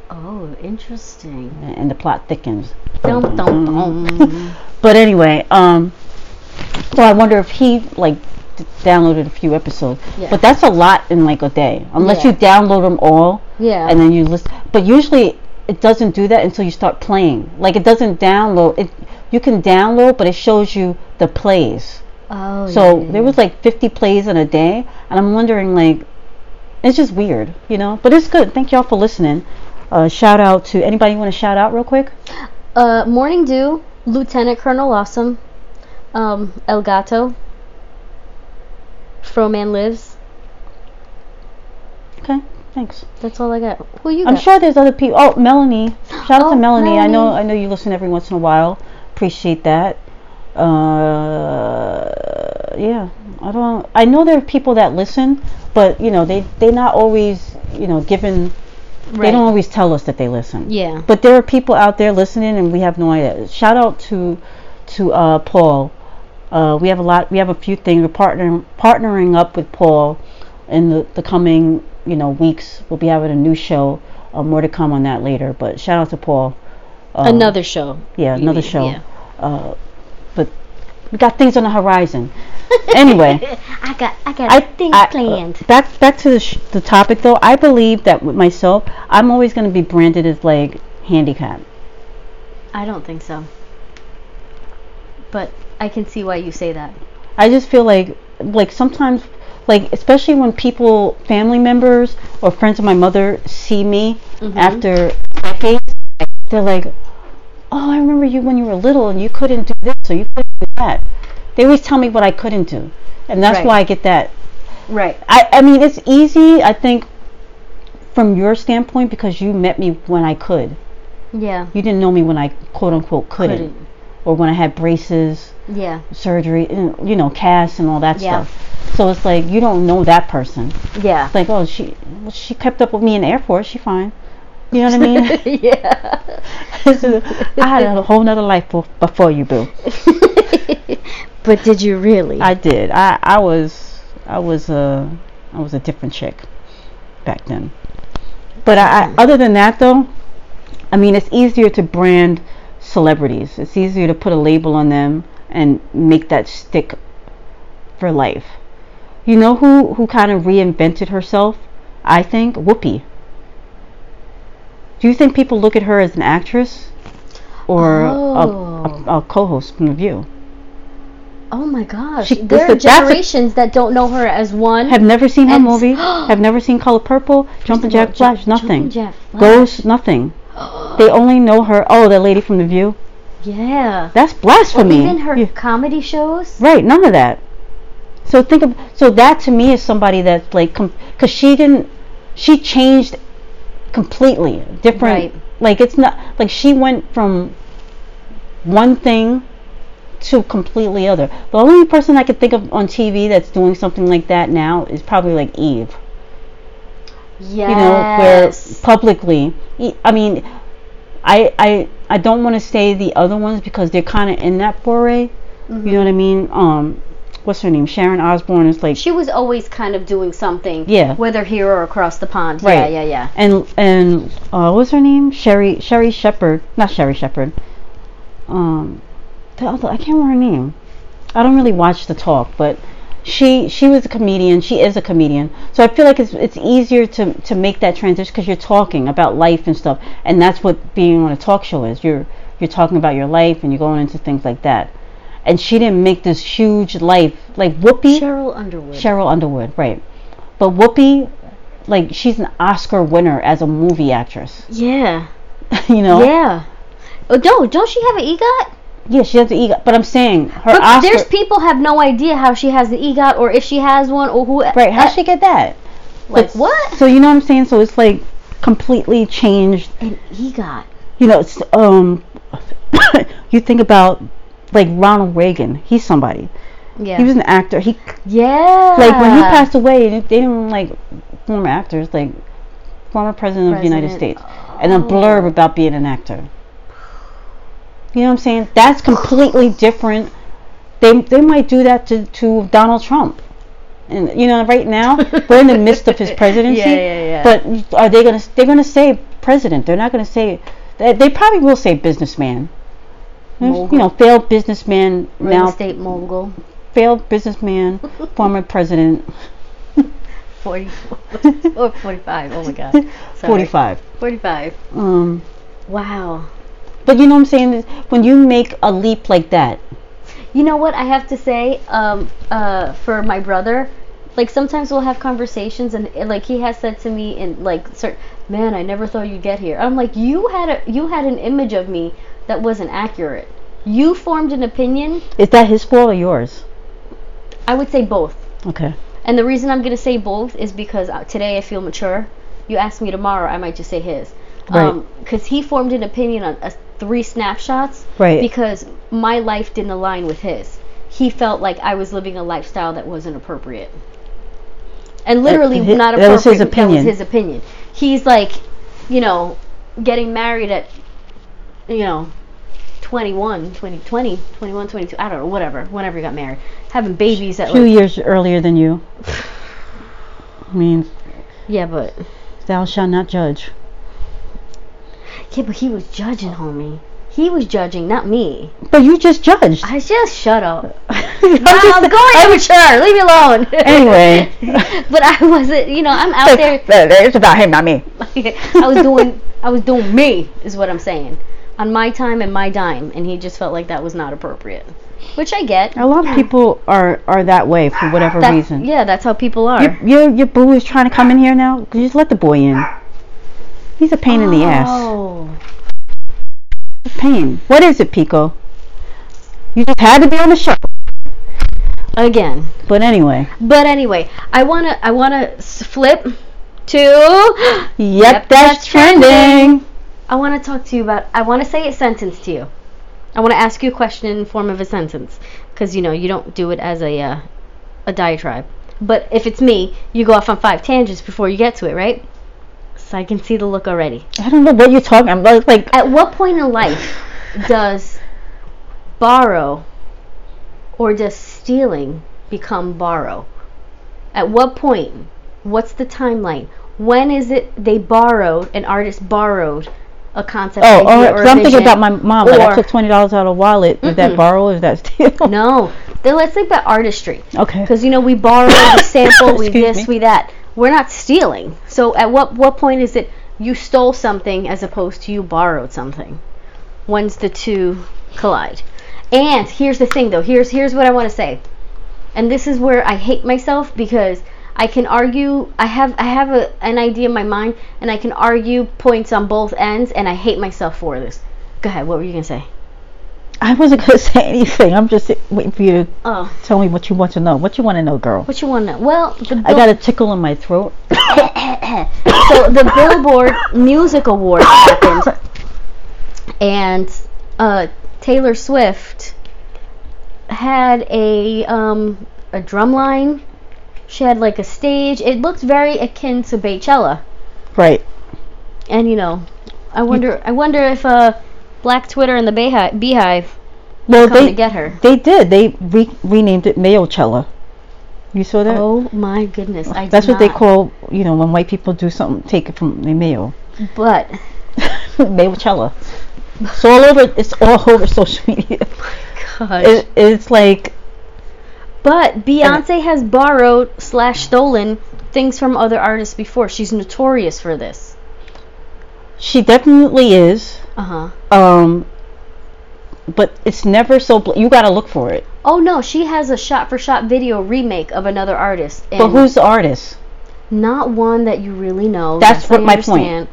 Speaker 1: Oh, interesting.
Speaker 2: [laughs] and, and the plot thickens.
Speaker 1: Dum, dum,
Speaker 2: [laughs]
Speaker 1: dum.
Speaker 2: But anyway, um, so I wonder if he like d- downloaded a few episodes.
Speaker 1: Yeah.
Speaker 2: But that's a lot in like a day, unless
Speaker 1: Yeah.
Speaker 2: you download them all
Speaker 1: yeah.
Speaker 2: and then you listen. But usually it doesn't do that until you start playing. Like it doesn't download. It you can download, but it shows you the plays.
Speaker 1: oh.
Speaker 2: So
Speaker 1: yeah, yeah,
Speaker 2: there was like 50 plays in a day, and I'm wondering like, it's just weird, you know. But it's good. Thank y'all for listening. Uh, shout out to anybody you want to shout out real quick.
Speaker 1: Uh, Morning Dew, Lieutenant Colonel Awesome, um, El Gato, Froman Lives.
Speaker 2: Okay, thanks.
Speaker 1: That's all I got. Who you
Speaker 2: I'm
Speaker 1: got?
Speaker 2: sure there's other people. Oh, Melanie. Shout out
Speaker 1: Oh,
Speaker 2: to Melanie. I know
Speaker 1: Melanie.
Speaker 2: I know you listen every once in a while. Appreciate that. Uh, yeah. I don't. I know there are people that listen, but you know they they not always you know given. They don't always tell us that they listen.
Speaker 1: Yeah.
Speaker 2: But there are people out there listening, and we have no idea. Shout out to to uh, Paul. Uh, we have a lot. We have a few things. We're partnering partnering up with Paul in the, the coming you know weeks. We'll be having a new show. Uh, more to come on that later. But shout out to Paul. Um,
Speaker 1: another show.
Speaker 2: yeah,
Speaker 1: you
Speaker 2: another
Speaker 1: mean,
Speaker 2: show.
Speaker 1: yeah.
Speaker 2: Uh, but we got things on the horizon. [laughs] Anyway.
Speaker 1: [laughs] I got I got
Speaker 2: I
Speaker 1: things
Speaker 2: I- uh,
Speaker 1: planned.
Speaker 2: Back back to the, sh- the topic though. I believe that with myself, I'm always going to be branded as like handicapped.
Speaker 1: I don't think so. But I can see why you say that.
Speaker 2: I just feel like like sometimes like especially when people family members or friends of my mother see me
Speaker 1: Mhm.
Speaker 2: after decades, they're like, "Oh, I remember you when you were little and you couldn't do this or you couldn't do that." They always tell me what I couldn't do, and that's
Speaker 1: Right.
Speaker 2: why I get that
Speaker 1: Right.
Speaker 2: I, I mean, it's easy, I think, from your standpoint because you met me when I could.
Speaker 1: Yeah.
Speaker 2: You didn't know me when I quote unquote couldn't,
Speaker 1: Couldn't.
Speaker 2: or when I had braces,
Speaker 1: Yeah.
Speaker 2: surgery, and, you know, casts and all that
Speaker 1: Yeah.
Speaker 2: stuff. So it's like you don't know that person.
Speaker 1: [laughs] Yeah.
Speaker 2: It's like, oh, she well, she kept up with me in the Air Force. She fine. You know what I mean?
Speaker 1: [laughs] yeah.
Speaker 2: This is- [laughs] I had a whole nother life bef- before you, boo.
Speaker 1: But did you really?
Speaker 2: I did. I I was I was a I was a different chick back then. But I, I other than that though, I mean it's easier to brand celebrities. It's easier to put a label on them and make that stick for life. You know who who kind of reinvented herself? I think Whoopi. Do you think people look at her as an actress or a, a, a co-host from The View?
Speaker 1: oh my gosh.
Speaker 2: She-
Speaker 1: there are
Speaker 2: listen, that's a-
Speaker 1: generations that don't know her as one.
Speaker 2: Have never seen her
Speaker 1: And- [gasps]
Speaker 2: movie. have never seen Color Purple.
Speaker 1: Well,
Speaker 2: Jumpin' Jack
Speaker 1: Ju-
Speaker 2: Flash. Nothing.
Speaker 1: Jumpin' Jack Uh. Flash.
Speaker 2: Ghost. Nothing. They only know her. Oh, that lady from The View.
Speaker 1: [gasps] Yeah.
Speaker 2: That's
Speaker 1: Or
Speaker 2: blasphemy.
Speaker 1: even her
Speaker 2: Yeah,
Speaker 1: comedy shows.
Speaker 2: Right. None of that. So think of. So that to me is somebody that's like, because she didn't. She changed completely. Different.
Speaker 1: Right.
Speaker 2: Like it's not like she went from one thing to completely other. The only person I could think of on TV that's doing something like that now is probably like Eve.
Speaker 1: Yes.
Speaker 2: you know, where publicly, e- I mean, I I I don't want to say the other ones because they're kind of in that foray. You know what I mean? Um, what's her name? Sharon Osbourne is like,
Speaker 1: she was always kind of doing something.
Speaker 2: Yeah.
Speaker 1: Whether here or across the pond.
Speaker 2: Right.
Speaker 1: Yeah, yeah, yeah.
Speaker 2: and and uh, what's her name? Sherry Sherry Shepherd, not Sherry Shepherd. Um, the other, I can't remember her name. I don't really watch the talk, but she she was a comedian. She is a comedian, so I feel like it's it's easier to to make that transition because you're talking about life and stuff, and that's what being on a talk show is. You're you're talking about your life and you're going into things like that. And she didn't make this huge life like Whoopi.
Speaker 1: Cheryl Underwood.
Speaker 2: Cheryl Underwood, right? But Whoopi, like she's an Oscar winner as a movie actress. [laughs]
Speaker 1: yeah.
Speaker 2: you know?
Speaker 1: Yeah. Oh, no, don't she have an EGOT?
Speaker 2: Yeah, she has the ego. But I'm saying her
Speaker 1: But
Speaker 2: Oscar.
Speaker 1: there's people have no idea how she has an EGOT or if she has one or who.
Speaker 2: right? How would she get that?
Speaker 1: uh, Like
Speaker 2: But-
Speaker 1: what?
Speaker 2: So you know what I'm saying? So it's like completely changed.
Speaker 1: An EGOT.
Speaker 2: you know, it's, um, [coughs] you think about like Ronald Reagan. He's somebody.
Speaker 1: Yeah.
Speaker 2: He was an actor. He
Speaker 1: yeah.
Speaker 2: like when he passed away, they didn't like former actors, like former president, of the United
Speaker 1: President. Oh.
Speaker 2: States, and a blurb about being an actor. You know what I'm saying? That's completely different. They they might do that to to Donald Trump, and you know right now we're in the midst of his
Speaker 1: [laughs]
Speaker 2: presidency.
Speaker 1: Yeah, yeah, yeah.
Speaker 2: But are they gonna they're gonna say president? They're not gonna say. They, they probably will say businessman. You
Speaker 1: Mogul.
Speaker 2: know, failed businessman
Speaker 1: Real
Speaker 2: now
Speaker 1: estate mogul.
Speaker 2: failed businessman, former president, [laughs]
Speaker 1: 44 or 45. Oh my God. Sorry.
Speaker 2: 45.
Speaker 1: 45.
Speaker 2: Um,
Speaker 1: Wow.
Speaker 2: but you know what I'm saying? When you make a leap like that,
Speaker 1: You know what I have to say um, uh, for my brother? Like sometimes we'll have conversations and and, like he has said to me and like cer man I never thought you'd get here. I'm like you had a you had an image of me that wasn't accurate. You formed an opinion.
Speaker 2: is that his fault or yours?
Speaker 1: I would say both.
Speaker 2: Okay.
Speaker 1: And the reason I'm going to say both is because uh, today I feel mature. You ask me tomorrow, I might just say his.
Speaker 2: Right.
Speaker 1: Because he formed an opinion on uh, three snapshots.
Speaker 2: Right.
Speaker 1: Because my life didn't align with his. He felt like I was living a lifestyle that wasn't appropriate. And literally
Speaker 2: hi-
Speaker 1: not appropriate.
Speaker 2: that was his opinion.
Speaker 1: That was his opinion. He's like, you know, getting married at, you know, 21, 20, 20, 21, 22, I don't know, whatever, whenever he got married. Having babies at
Speaker 2: Two
Speaker 1: like,
Speaker 2: years earlier than you.
Speaker 1: [sighs]
Speaker 2: [laughs] I mean,
Speaker 1: yeah, but
Speaker 2: thou shalt not judge.
Speaker 1: Yeah, but he was judging, homie. He was judging, not me.
Speaker 2: But you just judged.
Speaker 1: I just shut
Speaker 2: [laughs]
Speaker 1: up.
Speaker 2: I'm
Speaker 1: Wow,
Speaker 2: just-
Speaker 1: I'm going immature. Leave me alone.
Speaker 2: Anyway. [laughs]
Speaker 1: but I wasn't. You know, I'm out there.
Speaker 2: It's about him, not me.
Speaker 1: I was doing. I was doing me, is what I'm saying, on my time and my dime, and he just felt like that was not appropriate, which I get.
Speaker 2: A lot of people are, are that way [sighs] for whatever
Speaker 1: That's-
Speaker 2: reason.
Speaker 1: Yeah, that's how people are.
Speaker 2: Your, your, your boo is trying to come in here now? Just let the boy in. He's a pain in the ass.
Speaker 1: Oh,
Speaker 2: pain. What is it, Pico? You just had to be on the show.
Speaker 1: again.
Speaker 2: But anyway,
Speaker 1: But anyway, I wanna. I wanna s- flip to.
Speaker 2: [gasps] yep, that's,
Speaker 1: that's
Speaker 2: trending.
Speaker 1: I want to talk to you about. I want to say a sentence to you. I want to ask you a question in form of a sentence, because you know you don't do it as a uh, a diatribe. But if it's me, you go off on five tangents before you get to it, right? So I can see the look already.
Speaker 2: I don't know what you're talking. I'm like, like
Speaker 1: At what point in life does borrow or does stealing become borrow? At what point? What's the timeline? When is it they borrowed, an artist borrowed a concept?
Speaker 2: oh,
Speaker 1: idea,
Speaker 2: oh
Speaker 1: or a
Speaker 2: so I'm thinking
Speaker 1: vision,
Speaker 2: about my mom. Like I
Speaker 1: or-
Speaker 2: took twenty dollars out of wallet. Is that borrow? Is that steal?
Speaker 1: No. Then let's think about artistry.
Speaker 2: Okay.
Speaker 1: Because, you know, we borrow,
Speaker 2: [coughs]
Speaker 1: we sample, we
Speaker 2: Excuse
Speaker 1: this,
Speaker 2: me.
Speaker 1: we that. We're not stealing. So at what, what point is it you stole something as opposed to you borrowed something? When's the two collide? And here's the thing, though. Here's, here's what I want to say. And this is where I hate myself because I can argue. I have I have a, an idea in my mind, and I can argue points on both ends, and I hate myself for this. Go ahead. What were you gonna say?
Speaker 2: I wasn't gonna [laughs] say anything. I'm just waiting for you to
Speaker 1: Oh,
Speaker 2: tell me what you want to know. What you want to know, girl?
Speaker 1: what you want to know? Well, the
Speaker 2: I
Speaker 1: bill-
Speaker 2: got a tickle in my throat.
Speaker 1: [coughs] so the Billboard Music Awards happened, and uh, Taylor Swift had a um, a drum line. She had like a stage. It looked very akin to Beychella,
Speaker 2: Right.
Speaker 1: and you know, I wonder I wonder if uh, Black Twitter and the Beehive, Beehive
Speaker 2: Well,
Speaker 1: come to
Speaker 2: they
Speaker 1: get her.
Speaker 2: they did. They re- renamed it Mayocella. You saw that?
Speaker 1: Oh my goodness! I
Speaker 2: That's
Speaker 1: did
Speaker 2: what they
Speaker 1: not.
Speaker 2: call, you know, when white people do something, take it from the mayo. [laughs]
Speaker 1: But
Speaker 2: Mayocella. It's all over. It's all over [laughs] social media.
Speaker 1: God.
Speaker 2: It, it's like
Speaker 1: But Beyonce has borrowed slash stolen things from other artists before. She's notorious for this.
Speaker 2: she definitely is,
Speaker 1: Uh huh.
Speaker 2: um, but it's never so. Bl- you gotta look for it.
Speaker 1: Oh no, she has a shot for shot video remake of another artist. And
Speaker 2: But who's the artist?
Speaker 1: not one that you really know?
Speaker 2: That's
Speaker 1: Yes,
Speaker 2: what
Speaker 1: I
Speaker 2: my point. Mm-hmm.
Speaker 1: understand.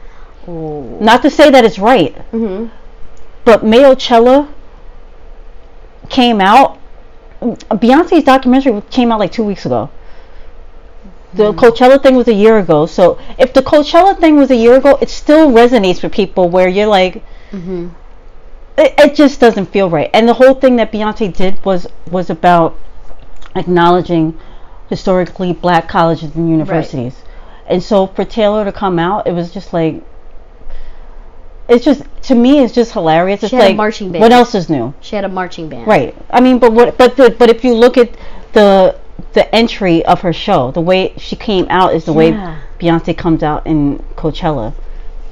Speaker 1: Oh.
Speaker 2: Not to say that it's right,
Speaker 1: hmm
Speaker 2: but Mayocella came out. Beyonce's documentary came out like two weeks ago. The Coachella thing was a year ago. So if the Coachella thing was a year ago, it still resonates with people where you're like,
Speaker 1: hmm
Speaker 2: it, it just doesn't feel right. And the whole thing that Beyonce did was was about acknowledging historically black colleges and universities. And so for Taylor to come out, it was just like it's just to me it's just hilarious. It's
Speaker 1: had a
Speaker 2: like
Speaker 1: marching band.
Speaker 2: what else is new?
Speaker 1: She had a marching band.
Speaker 2: Right. I mean, but what but the but if you look at the the entry of her show, the way she came out is the
Speaker 1: Yeah.
Speaker 2: way Beyonce comes out in Coachella.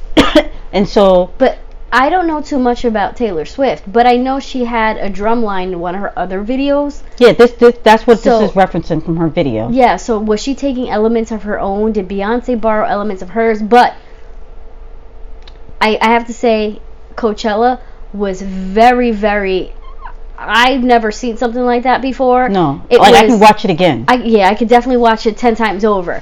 Speaker 2: [coughs] and so
Speaker 1: But I don't know too much about Taylor Swift, but I know she had a drum line in one of her other videos.
Speaker 2: yeah, this this that's what
Speaker 1: So-
Speaker 2: this is referencing from her video.
Speaker 1: Yeah, so was she taking elements of her own? Did Beyonce borrow elements of hers? But I, I have to say, Coachella was very, very. I've never seen something like that before.
Speaker 2: No.
Speaker 1: It
Speaker 2: like I
Speaker 1: was-
Speaker 2: can watch it again.
Speaker 1: I, yeah, I could definitely watch it ten times over.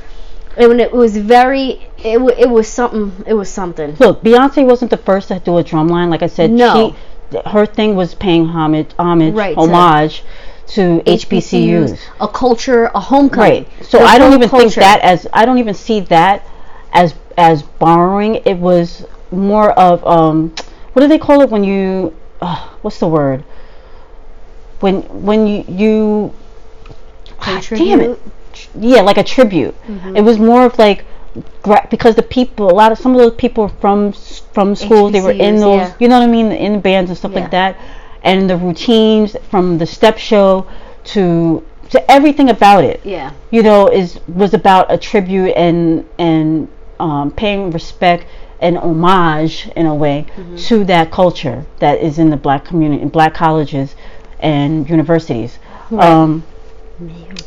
Speaker 1: It, when it was very, it, wa- it was something. It was something.
Speaker 2: Look, Beyonce wasn't the first to do a drum line. Like I said,
Speaker 1: No.
Speaker 2: she th- her thing was paying homage, homage,
Speaker 1: Right, to
Speaker 2: homage to HBCUs.
Speaker 1: a culture, a homecoming.
Speaker 2: Right. So
Speaker 1: The
Speaker 2: I don't
Speaker 1: whole
Speaker 2: even think
Speaker 1: culture.
Speaker 2: that as I don't even see that as as borrowing. It was more of um, what do they call it when you uh, what's the word when when you you Ah, damn
Speaker 1: Contribute.
Speaker 2: it
Speaker 1: Mm-hmm.
Speaker 2: yeah like a tribute. It was more of like gra- because the people a lot of some of those people from s- from school they were in
Speaker 1: HBCUs,
Speaker 2: those
Speaker 1: yeah.
Speaker 2: you know what I mean in bands and stuff like
Speaker 1: Yeah.
Speaker 2: that and the routines from the step show to to everything about it
Speaker 1: Yeah.
Speaker 2: you know, is was about a tribute and and um, paying respect and homage in a way to that culture that is in the black community, in black colleges and universities. Um,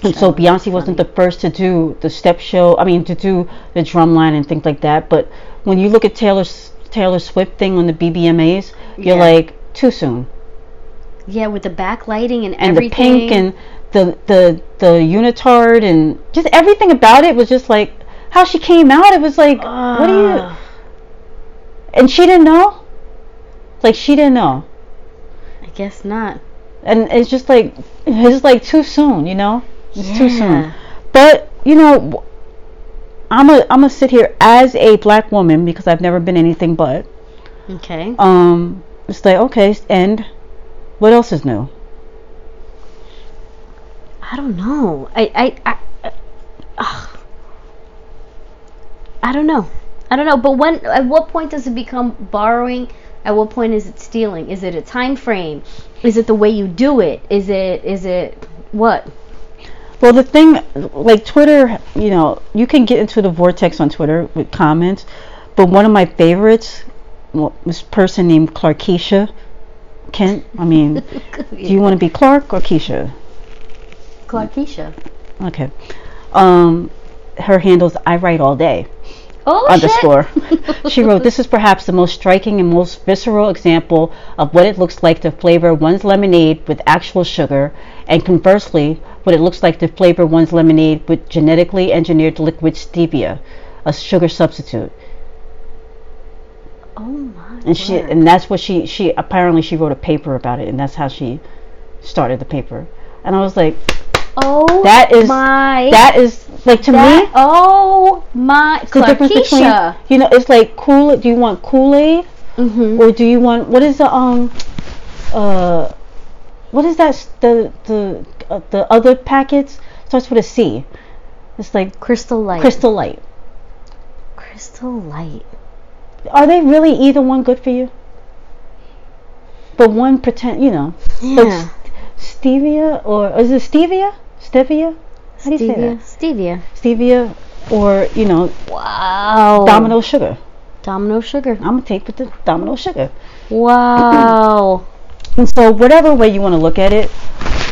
Speaker 2: and so Beyonce wasn't the first to do the step show. I mean, to do the drum line and things like that. But when you look at Taylor S- Taylor Swift thing on the BBMAs, you're
Speaker 1: Yeah.
Speaker 2: like too soon
Speaker 1: Yeah, with the backlighting and,
Speaker 2: and the
Speaker 1: everything.
Speaker 2: pink and the the the unitard and just everything about it was just like how she came out. It was like what do you?
Speaker 1: Ah,
Speaker 2: And she didn't know. Like she didn't know,
Speaker 1: I guess not.
Speaker 2: and it's just like it's like too soon, you know. It's too
Speaker 1: Yeah.
Speaker 2: soon. But you know, I'm a I'm gonna sit here as a black woman because I've never been anything but.
Speaker 1: Okay.
Speaker 2: Um, it's like okay, and what else is new?
Speaker 1: I don't know. I I I. I, ugh. I don't know. I don't know. But when? At what point does it become borrowing? At what point is it stealing? Is it a time frame? Is it the way you do it? Is it? Is it
Speaker 2: [laughs]
Speaker 1: what?
Speaker 2: Well, the thing, like Twitter, you know, you can get into the vortex on Twitter with comments, but one of my favorites wa- was a person named Clarkeisha Kent. I mean, do you want to be Clark or Keisha?
Speaker 1: Clarkeisha.
Speaker 2: Okay. Um, her handle's I write all day
Speaker 1: Oh
Speaker 2: underscore.
Speaker 1: Shit.
Speaker 2: she wrote, This is perhaps the most striking and most visceral example of what it looks like to flavor one's lemonade with actual sugar, and conversely, what it looks like to flavor one's lemonade with genetically engineered liquid stevia, a sugar substitute.
Speaker 1: oh my.
Speaker 2: And she
Speaker 1: word.
Speaker 2: and that's what she she apparently she wrote a paper about it and that's how she started the paper. And I was like,
Speaker 1: Oh.
Speaker 2: that is
Speaker 1: my.
Speaker 2: that is like to
Speaker 1: That-
Speaker 2: me
Speaker 1: oh my.
Speaker 2: the difference between
Speaker 1: Clarkeisha.
Speaker 2: you know, it's like cool do you want Kool-Aid
Speaker 1: Mm-hmm.
Speaker 2: or do you want what is the um uh what is that s- the the uh, the other packets starts with a C. It's like
Speaker 1: Crystal light.
Speaker 2: Crystal Light.
Speaker 1: Crystal light.
Speaker 2: Are they really either one good for you? But one pretend you know
Speaker 1: Yeah.
Speaker 2: stevia or is it stevia stevia how do you say
Speaker 1: Stevia.
Speaker 2: that
Speaker 1: Stevia.
Speaker 2: stevia or you know
Speaker 1: Wow.
Speaker 2: domino sugar.
Speaker 1: Domino sugar.
Speaker 2: I'm gonna take with the domino sugar.
Speaker 1: Wow.
Speaker 2: And so, whatever way you want to look at it,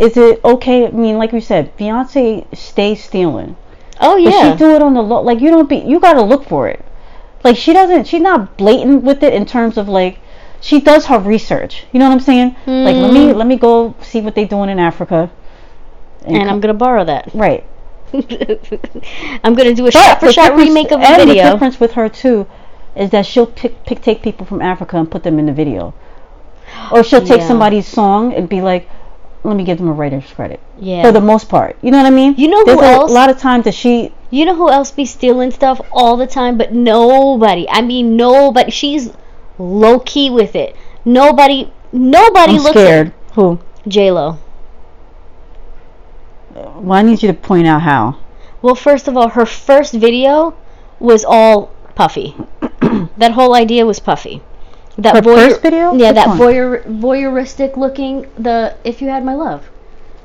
Speaker 2: is it okay? I mean, like you said, Beyonce stays stealing,
Speaker 1: [laughs] oh
Speaker 2: but
Speaker 1: yeah.
Speaker 2: she do it on the low. Like you don't be, you gotta look for it. Like she doesn't, she's not blatant with it in terms of like, she does her research. You know what I'm saying? Like let me
Speaker 1: Hmm.
Speaker 2: let me go see what they doing in Africa.
Speaker 1: and I'm gonna borrow that. [laughs]
Speaker 2: right.
Speaker 1: I'm gonna do a shot for
Speaker 2: the
Speaker 1: shot
Speaker 2: difference-
Speaker 1: remake of a
Speaker 2: and the
Speaker 1: video.
Speaker 2: difference with her too is that she'll pick, pick take people from Africa and put them in the video, or she'll take
Speaker 1: Yeah.
Speaker 2: somebody's song and be like, let me give them a writer's credit.
Speaker 1: Yeah.
Speaker 2: for the most part. You know what I mean?
Speaker 1: You know
Speaker 2: There's
Speaker 1: who
Speaker 2: a
Speaker 1: else-
Speaker 2: lot of times that she
Speaker 1: you know who else be stealing stuff all the time? But nobody. I mean nobody. She's low key with it. Nobody, nobody
Speaker 2: I'm
Speaker 1: looks
Speaker 2: scared. Who?
Speaker 1: at J Lo.
Speaker 2: Well, I need you to point out how.
Speaker 1: Well, first of all, her first video was all puffy.
Speaker 2: [clears throat]
Speaker 1: that whole idea was puffy. That
Speaker 2: Her first video?
Speaker 1: yeah,
Speaker 2: Which
Speaker 1: that
Speaker 2: one?
Speaker 1: voyeur, voyeuristic looking the if you had my love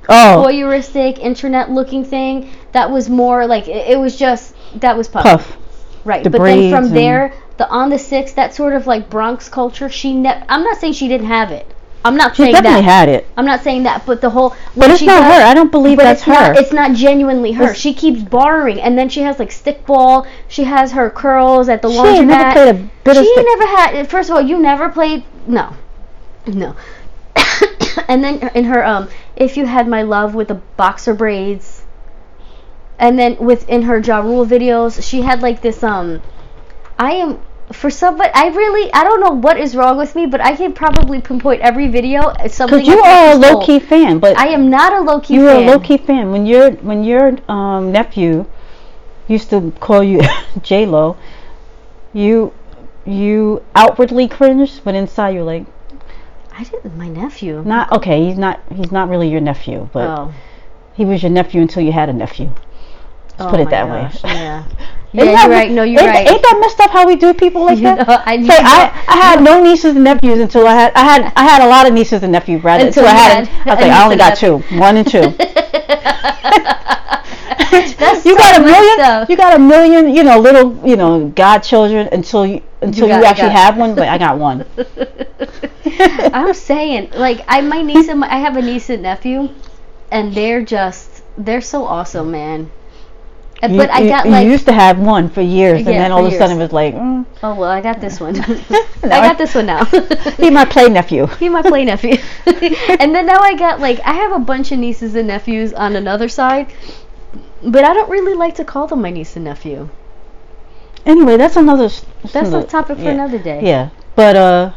Speaker 2: Oh,
Speaker 1: voyeuristic internet looking thing. That was more like it, it was just that was puffy.
Speaker 2: puff.
Speaker 1: Right,
Speaker 2: The
Speaker 1: but then
Speaker 2: braids
Speaker 1: from
Speaker 2: and-
Speaker 1: there, the on the six, that sort of like Bronx culture. She, ne- I'm not saying she didn't have it. I'm not
Speaker 2: She
Speaker 1: saying
Speaker 2: definitely
Speaker 1: that.
Speaker 2: had it,
Speaker 1: I'm not saying that, but the whole.
Speaker 2: but it's not her. I don't believe
Speaker 1: But
Speaker 2: that's
Speaker 1: it's not.
Speaker 2: her.
Speaker 1: It's not genuinely her.
Speaker 2: It's-
Speaker 1: she keeps borrowing, and then she has like stick ball. She has her curls at the
Speaker 2: she
Speaker 1: laundromat.
Speaker 2: ain't never played a bit of.
Speaker 1: she
Speaker 2: stick-
Speaker 1: never had. First of all, you never played. No, no. [coughs] and then in her um, if you had my love with the boxer braids. And then within her Ja Rule videos, she had like this um, I am for somebody. I really I don't know what is wrong with me, but I can probably pinpoint every video as something.
Speaker 2: Cause you
Speaker 1: I
Speaker 2: are a
Speaker 1: control.
Speaker 2: low key fan, but
Speaker 1: I am not a low key.
Speaker 2: you were
Speaker 1: fan.
Speaker 2: a low key fan when your when your um, nephew used to call you [laughs] J Lo. You you outwardly cringed, but inside you're like,
Speaker 1: I didn't. My nephew.
Speaker 2: not okay. He's not he's not really your nephew, but
Speaker 1: oh,
Speaker 2: he was your nephew until you had a nephew.
Speaker 1: Oh
Speaker 2: put it
Speaker 1: my
Speaker 2: that way.
Speaker 1: gosh,
Speaker 2: [laughs]
Speaker 1: Yeah. yeah,
Speaker 2: Ain't that
Speaker 1: you're
Speaker 2: me-
Speaker 1: right. No, you're
Speaker 2: ain't,
Speaker 1: right.
Speaker 2: Ain't that messed up how we do people
Speaker 1: [laughs]
Speaker 2: like
Speaker 1: You
Speaker 2: that?
Speaker 1: know, I-
Speaker 2: Say,
Speaker 1: you
Speaker 2: I, I had no nieces and nephews until I had I had I had a lot of nieces and nephews rather.
Speaker 1: Until
Speaker 2: so I
Speaker 1: you
Speaker 2: had,
Speaker 1: had
Speaker 2: I was
Speaker 1: a
Speaker 2: like, I
Speaker 1: niece
Speaker 2: only
Speaker 1: and
Speaker 2: got two,
Speaker 1: nephew.
Speaker 2: one and two.
Speaker 1: [laughs] [laughs]
Speaker 2: [laughs]
Speaker 1: That's
Speaker 2: you
Speaker 1: so
Speaker 2: got a
Speaker 1: messed
Speaker 2: million.
Speaker 1: up.
Speaker 2: You got a million. You know, little. You know, godchildren until you until you,
Speaker 1: got- I
Speaker 2: actually
Speaker 1: got-
Speaker 2: have one. But I
Speaker 1: [laughs]
Speaker 2: got one.
Speaker 1: I'm saying, like, I my niece and my, I have a niece and nephew, and they're just they're so awesome, man. And-
Speaker 2: You-
Speaker 1: but I
Speaker 2: you-
Speaker 1: got
Speaker 2: you
Speaker 1: like,
Speaker 2: used to have one for years, and
Speaker 1: Yeah,
Speaker 2: then
Speaker 1: for
Speaker 2: all of a sudden it
Speaker 1: years.
Speaker 2: was like,
Speaker 1: [laughs]
Speaker 2: mm,
Speaker 1: oh well, I got this one. [laughs] I
Speaker 2: [laughs] No.
Speaker 1: got this one now.
Speaker 2: [laughs] he my play nephew.
Speaker 1: [laughs]
Speaker 2: [laughs]
Speaker 1: He my play nephew. and then now I got like I have a bunch of nieces and nephews on another side, but I don't really like to call them my niece and nephew.
Speaker 2: Anyway, that's another. s-
Speaker 1: That's
Speaker 2: another-
Speaker 1: a topic for
Speaker 2: yeah.
Speaker 1: another day.
Speaker 2: Yeah, but uh,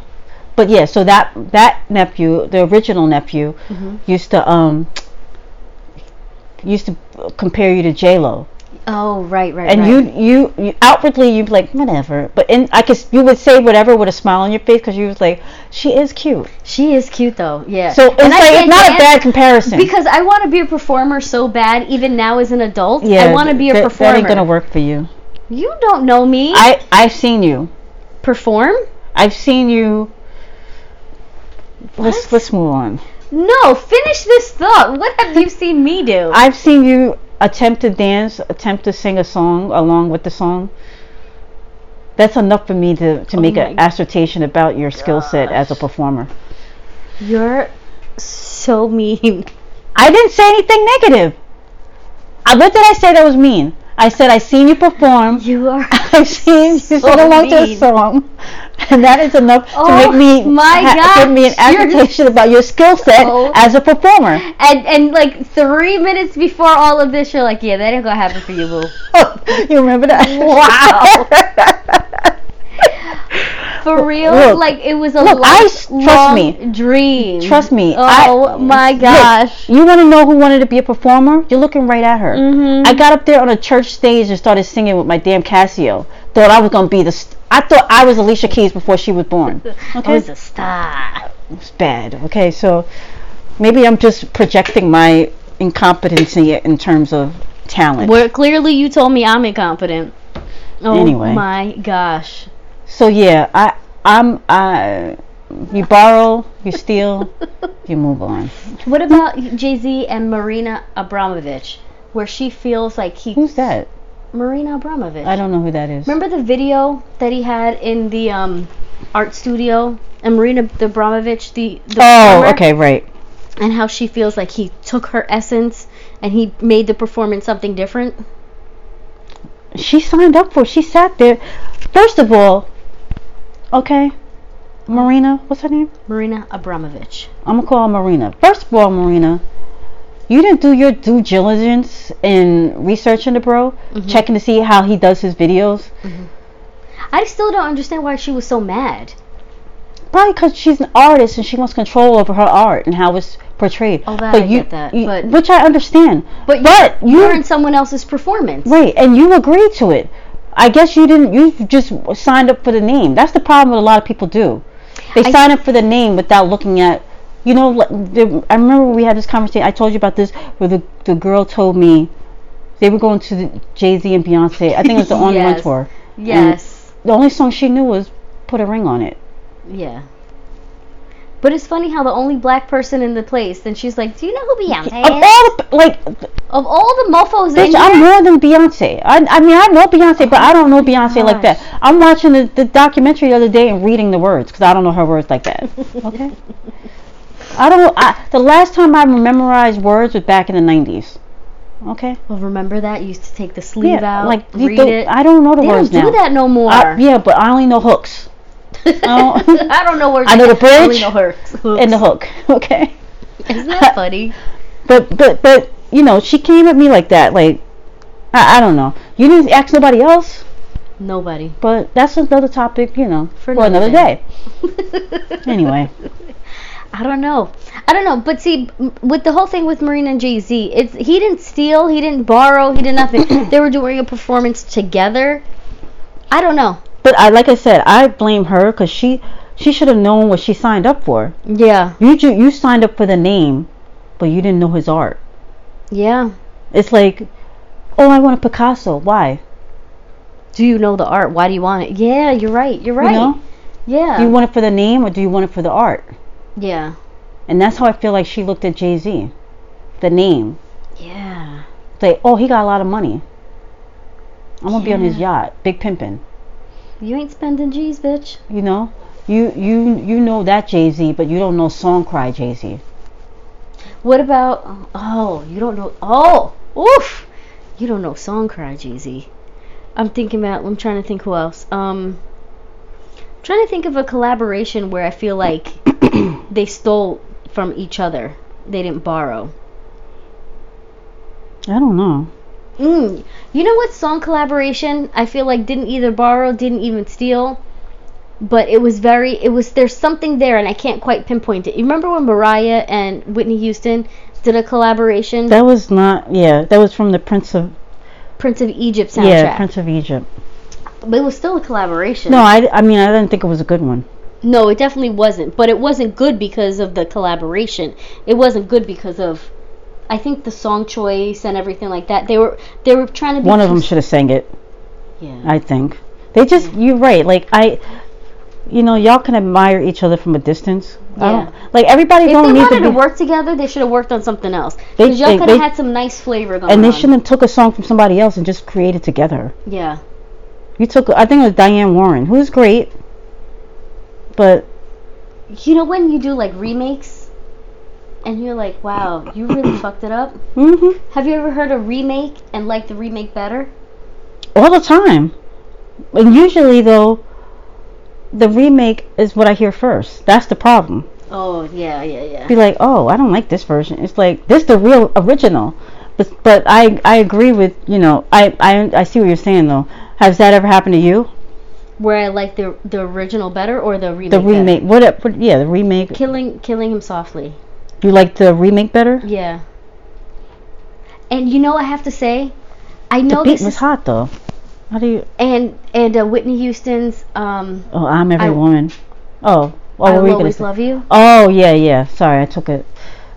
Speaker 2: but yeah. So that that nephew, the original nephew,
Speaker 1: Mhm.
Speaker 2: used to um, used to compare you to J Lo,
Speaker 1: Oh right, right.
Speaker 2: and
Speaker 1: right.
Speaker 2: you, you you outwardly you'd be like whatever, but in I could you would say whatever with a smile on your face because you was like she is cute.
Speaker 1: She is cute though. Yeah.
Speaker 2: So it's
Speaker 1: And I
Speaker 2: like it's
Speaker 1: can't
Speaker 2: not a
Speaker 1: dance
Speaker 2: bad comparison.
Speaker 1: because I want to be a performer so bad, even now as an adult. I want to be a
Speaker 2: that-
Speaker 1: performer.
Speaker 2: That ain't gonna work for you.
Speaker 1: You don't know me.
Speaker 2: I I've seen you.
Speaker 1: perform?
Speaker 2: I've seen you. Let's
Speaker 1: What?
Speaker 2: let's move on.
Speaker 1: No. Finish this thought. What have
Speaker 2: [laughs]
Speaker 1: you seen me do?
Speaker 2: I've seen you attempt to dance, attempt to sing a song along with the song. That's enough for me to, to make an
Speaker 1: Oh my
Speaker 2: assertion about your skill set as a performer.
Speaker 1: You're so mean.
Speaker 2: I didn't say anything negative. I, what did I say that was mean? I said I seen you perform. [laughs]
Speaker 1: You [laughs] are.
Speaker 2: I've seen you
Speaker 1: so
Speaker 2: sing along to a
Speaker 1: mean.
Speaker 2: song, [laughs] and that is enough
Speaker 1: Oh,
Speaker 2: to make me
Speaker 1: my
Speaker 2: give me an
Speaker 1: gosh, you're just-
Speaker 2: assertion about your skill set
Speaker 1: Oh.
Speaker 2: as a performer. [laughs]
Speaker 1: And and like three minutes before all of this, you're like, yeah, that ain't gonna happen for you, boo.
Speaker 2: you remember that? [laughs] Wow.
Speaker 1: For real,
Speaker 2: Look,
Speaker 1: like it was a
Speaker 2: look, I
Speaker 1: lifelong
Speaker 2: s- trust me.
Speaker 1: dream.
Speaker 2: Trust me, I-
Speaker 1: Oh my gosh.
Speaker 2: you want to know who wanted to be a performer? You're looking right at her.
Speaker 1: Mhm.
Speaker 2: I got up there on a church stage and started singing with my damn Casio. Thought I was gonna be the. St- I thought I was Alicia Keys before she was born.
Speaker 1: I
Speaker 2: Okay,
Speaker 1: was a star.
Speaker 2: it's bad. Okay, so maybe I'm just projecting my incompetency in terms of talent.
Speaker 1: Where clearly you told me I'm incompetent. Oh
Speaker 2: Anyway.
Speaker 1: my gosh.
Speaker 2: So yeah, I I'm I. You borrow, you steal, you move on.
Speaker 1: What
Speaker 2: Hmm?
Speaker 1: about Jay Z and Marina Abramovich, where she feels like he
Speaker 2: Who's that?
Speaker 1: Marina Abramovich.
Speaker 2: I don't know who that is.
Speaker 1: Remember the video that he had in the um, art studio and Marina Abramovich, the, the
Speaker 2: Oh,
Speaker 1: performer,
Speaker 2: okay, right.
Speaker 1: and how she feels like he took her essence and he made the performance something different.
Speaker 2: She signed up for. it. She sat there. First of all, okay, Marina, what's her name?
Speaker 1: Marina Abramovich.
Speaker 2: I'm gonna call her Marina. First of all, Marina, you didn't do your due diligence in researching the bro,
Speaker 1: Mm-hmm.
Speaker 2: checking to see how he does his videos.
Speaker 1: I still don't understand why she was so mad.
Speaker 2: Probably because she's an artist and she wants control over her art and how it's portrayed.
Speaker 1: Oh, that I
Speaker 2: you,
Speaker 1: get that,
Speaker 2: you-
Speaker 1: but-
Speaker 2: which I understand.
Speaker 1: But,
Speaker 2: But
Speaker 1: you're,
Speaker 2: you-
Speaker 1: in someone else's performance.
Speaker 2: Right, and you agreed to it. I guess you didn't. You just signed up for the name. That's the problem with a lot of people do. They
Speaker 1: I-
Speaker 2: sign up for the name without looking at. You know, like, the- I remember we had this conversation. I told you about this where the the girl told me they were going to Jay Z and Beyonce. I think it
Speaker 1: [laughs]
Speaker 2: was the On One
Speaker 1: Yes.
Speaker 2: tour.
Speaker 1: Yes.
Speaker 2: The only song she knew was "Put a Ring on It."
Speaker 1: Mm. Yeah. But it's funny how the only black person in the place, then she's like, "Do you know who Beyonce
Speaker 2: Of
Speaker 1: is?
Speaker 2: all the like
Speaker 1: Of all the mofos in
Speaker 2: Bitch, I'm
Speaker 1: here,
Speaker 2: more than Beyonce. I, I mean, I know Beyonce, but I don't know Beyonce like that.
Speaker 1: gosh.
Speaker 2: I'm watching the, the documentary the other day and reading the words because I don't know her words like
Speaker 1: [laughs]
Speaker 2: that. Okay. I don't. I, the last time I memorized words was back in the 90s. Okay.
Speaker 1: well, remember that you used to take the sleeve out,
Speaker 2: like you
Speaker 1: read
Speaker 2: don't-
Speaker 1: it.
Speaker 2: I don't know the
Speaker 1: they
Speaker 2: words
Speaker 1: don't do
Speaker 2: now.
Speaker 1: that no more.
Speaker 2: I- yeah, but I only know hooks
Speaker 1: [laughs] I,
Speaker 2: don't-
Speaker 1: don't, know where.
Speaker 2: I know the
Speaker 1: I only
Speaker 2: bridge
Speaker 1: know her.
Speaker 2: and the hook. [laughs] Okay.
Speaker 1: Isn't that funny?
Speaker 2: But but but you know, she came at me like that. Like I, I don't know. You didn't ask nobody else.
Speaker 1: Nobody. [laughs]
Speaker 2: But that's another topic, you know, for,
Speaker 1: For
Speaker 2: another
Speaker 1: another
Speaker 2: day.
Speaker 1: [laughs]
Speaker 2: Anyway,
Speaker 1: I don't know. I don't know. But see, m- with the whole thing with Marina and Jay Z, it's he didn't steal, he didn't borrow, he did
Speaker 2: [coughs]
Speaker 1: nothing. they were doing a performance together. I don't know.
Speaker 2: but I like I said, I blame her because she she should have known what she signed up for.
Speaker 1: Yeah.
Speaker 2: You ju- you signed up for the name, but you didn't know his art.
Speaker 1: Yeah.
Speaker 2: It's like, oh, I want a Picasso. Why?
Speaker 1: Do you know the art? Why do you want it? Yeah, you're right. You're right.
Speaker 2: You know,
Speaker 1: Yeah.
Speaker 2: do you want it for the name or do you want it for the art?
Speaker 1: yeah.
Speaker 2: And that's how I feel like she looked at Jay Z, the name.
Speaker 1: Yeah.
Speaker 2: It's like, oh, he got a lot of money. I'm gonna be on his
Speaker 1: Yeah.
Speaker 2: yacht, big pimpin'.
Speaker 1: You ain't spending G's, bitch.
Speaker 2: You know, you you you know that Jay Z, but you don't know Song Cry Jay Z.
Speaker 1: What about oh, you don't know oh oof you don't know Song Cry Jay Z. I'm thinking about I'm trying to think who else. Um trying to think of a collaboration where I feel like they stole from each other. They didn't borrow.
Speaker 2: I don't know.
Speaker 1: Mm. You know what song collaboration I feel like didn't either borrow, didn't even steal, but it was very it was there's something there and I can't quite pinpoint it. You remember when Mariah and Whitney Houston did a collaboration?
Speaker 2: That was not. Yeah, that was from the Prince of
Speaker 1: Prince of Egypt soundtrack.
Speaker 2: yeah Prince of Egypt.
Speaker 1: But it was still a collaboration.
Speaker 2: No, I, I mean I didn't think it was a good one.
Speaker 1: No, it definitely wasn't. But it wasn't good because of the collaboration. It wasn't good because of, I think the song choice and everything like that. They were they were trying to be
Speaker 2: One of them
Speaker 1: too-
Speaker 2: should have sang it.
Speaker 1: Yeah.
Speaker 2: I think they just you're right. Like I, you know, y'all can admire each other from a distance. I
Speaker 1: Yeah.
Speaker 2: don't- Like everybody
Speaker 1: if
Speaker 2: don't
Speaker 1: they
Speaker 2: need
Speaker 1: wanted
Speaker 2: to
Speaker 1: to
Speaker 2: be.
Speaker 1: work together, they should have worked on something else.
Speaker 2: They-
Speaker 1: Because y'all
Speaker 2: they-
Speaker 1: could
Speaker 2: they-
Speaker 1: have had some nice flavor going
Speaker 2: and they
Speaker 1: on.
Speaker 2: shouldn't have took a song from somebody else and just created together.
Speaker 1: Yeah.
Speaker 2: You took I think it was Diane Warren, who's great, but
Speaker 1: You know when you do like remakes, and you're like, wow, you really fucked it up.
Speaker 2: hmm
Speaker 1: Have you ever heard a remake and liked the remake better?
Speaker 2: all the time. And usually though, the remake is what I hear first. That's the problem.
Speaker 1: Oh yeah, yeah, yeah.
Speaker 2: be like, oh, I don't like this version. It's like this the real original. But but I I agree with you know I I I see what you're saying though. Has that ever happened to you?
Speaker 1: Where I like the the original better or the remake.
Speaker 2: The
Speaker 1: better?
Speaker 2: remake, what, it- what? Yeah, the remake.
Speaker 1: Killing killing him softly.
Speaker 2: You like the remake better?
Speaker 1: Yeah. And you know I have to say, I know
Speaker 2: the beat
Speaker 1: this
Speaker 2: was
Speaker 1: is,
Speaker 2: hot though. How do you?
Speaker 1: and and uh, Whitney Houston's um
Speaker 2: Oh, I'm every
Speaker 1: I-
Speaker 2: woman.
Speaker 1: I
Speaker 2: Oh, oh, what were
Speaker 1: will
Speaker 2: you gonna
Speaker 1: always
Speaker 2: say?
Speaker 1: love Oh, you.
Speaker 2: Oh yeah yeah. Sorry, I took it.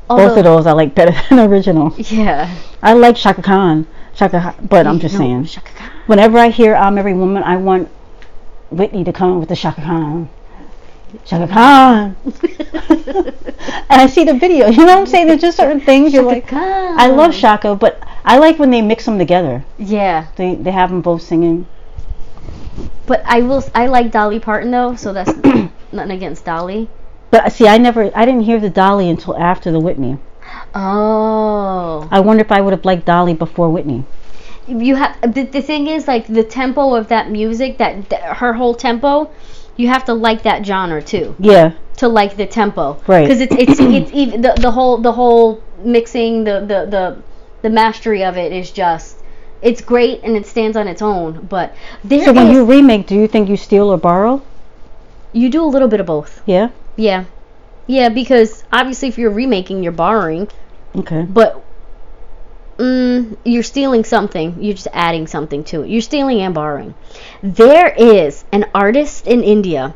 Speaker 2: Both of
Speaker 1: Although-
Speaker 2: those I like better [laughs] than the original.
Speaker 1: [laughs] Yeah.
Speaker 2: I like Shaka Khan, Shaka, Khan, but I'm just
Speaker 1: No,
Speaker 2: saying.
Speaker 1: Shaka Khan.
Speaker 2: Whenever I hear I'm every woman, I want Whitney to come with the Shaka Khan. Shaka
Speaker 1: [laughs]
Speaker 2: Khan. and I see the video. You know what I'm saying? There's just certain things [laughs] you're
Speaker 1: Shaka [laughs]
Speaker 2: like. "Ah."
Speaker 1: Khan.
Speaker 2: I love Shaka, but I like when they mix them together.
Speaker 1: Yeah.
Speaker 2: They they have them both singing.
Speaker 1: But I will s- I like Dolly Parton though, so
Speaker 2: [clears throat]
Speaker 1: that's nothing against Dolly.
Speaker 2: But uh, see, I never, I didn't hear the Dolly until after the Whitney.
Speaker 1: Oh.
Speaker 2: I wonder if I would have liked Dolly before Whitney.
Speaker 1: you have the, the thing is like the tempo of that music that, that her whole tempo you have to like that genre too
Speaker 2: Yeah,
Speaker 1: to like the tempo
Speaker 2: Right.
Speaker 1: because it's it's it's [clears throat] even the, the whole the whole mixing the, the the the mastery of it is just it's great and it stands on its own but there
Speaker 2: So when
Speaker 1: is-
Speaker 2: you remake, do you think you steal or borrow?
Speaker 1: you do a little bit of both
Speaker 2: Yeah.
Speaker 1: yeah yeah because obviously if you're remaking you're borrowing
Speaker 2: Okay.
Speaker 1: but mm, you're stealing something. You're just adding something to it. You're stealing and borrowing. There is an artist in India,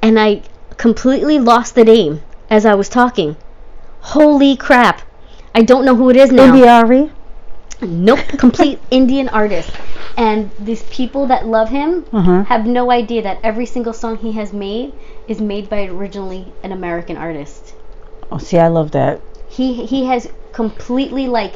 Speaker 1: and I completely lost the name as I was talking. Holy crap! I don't know who it is now.
Speaker 2: Indiari.
Speaker 1: Nope, complete Indian artist. And these people that love him
Speaker 2: Uh-huh.
Speaker 1: have no idea that every single song he has made is made by originally an American artist.
Speaker 2: Oh, see, I love that.
Speaker 1: He he has completely like,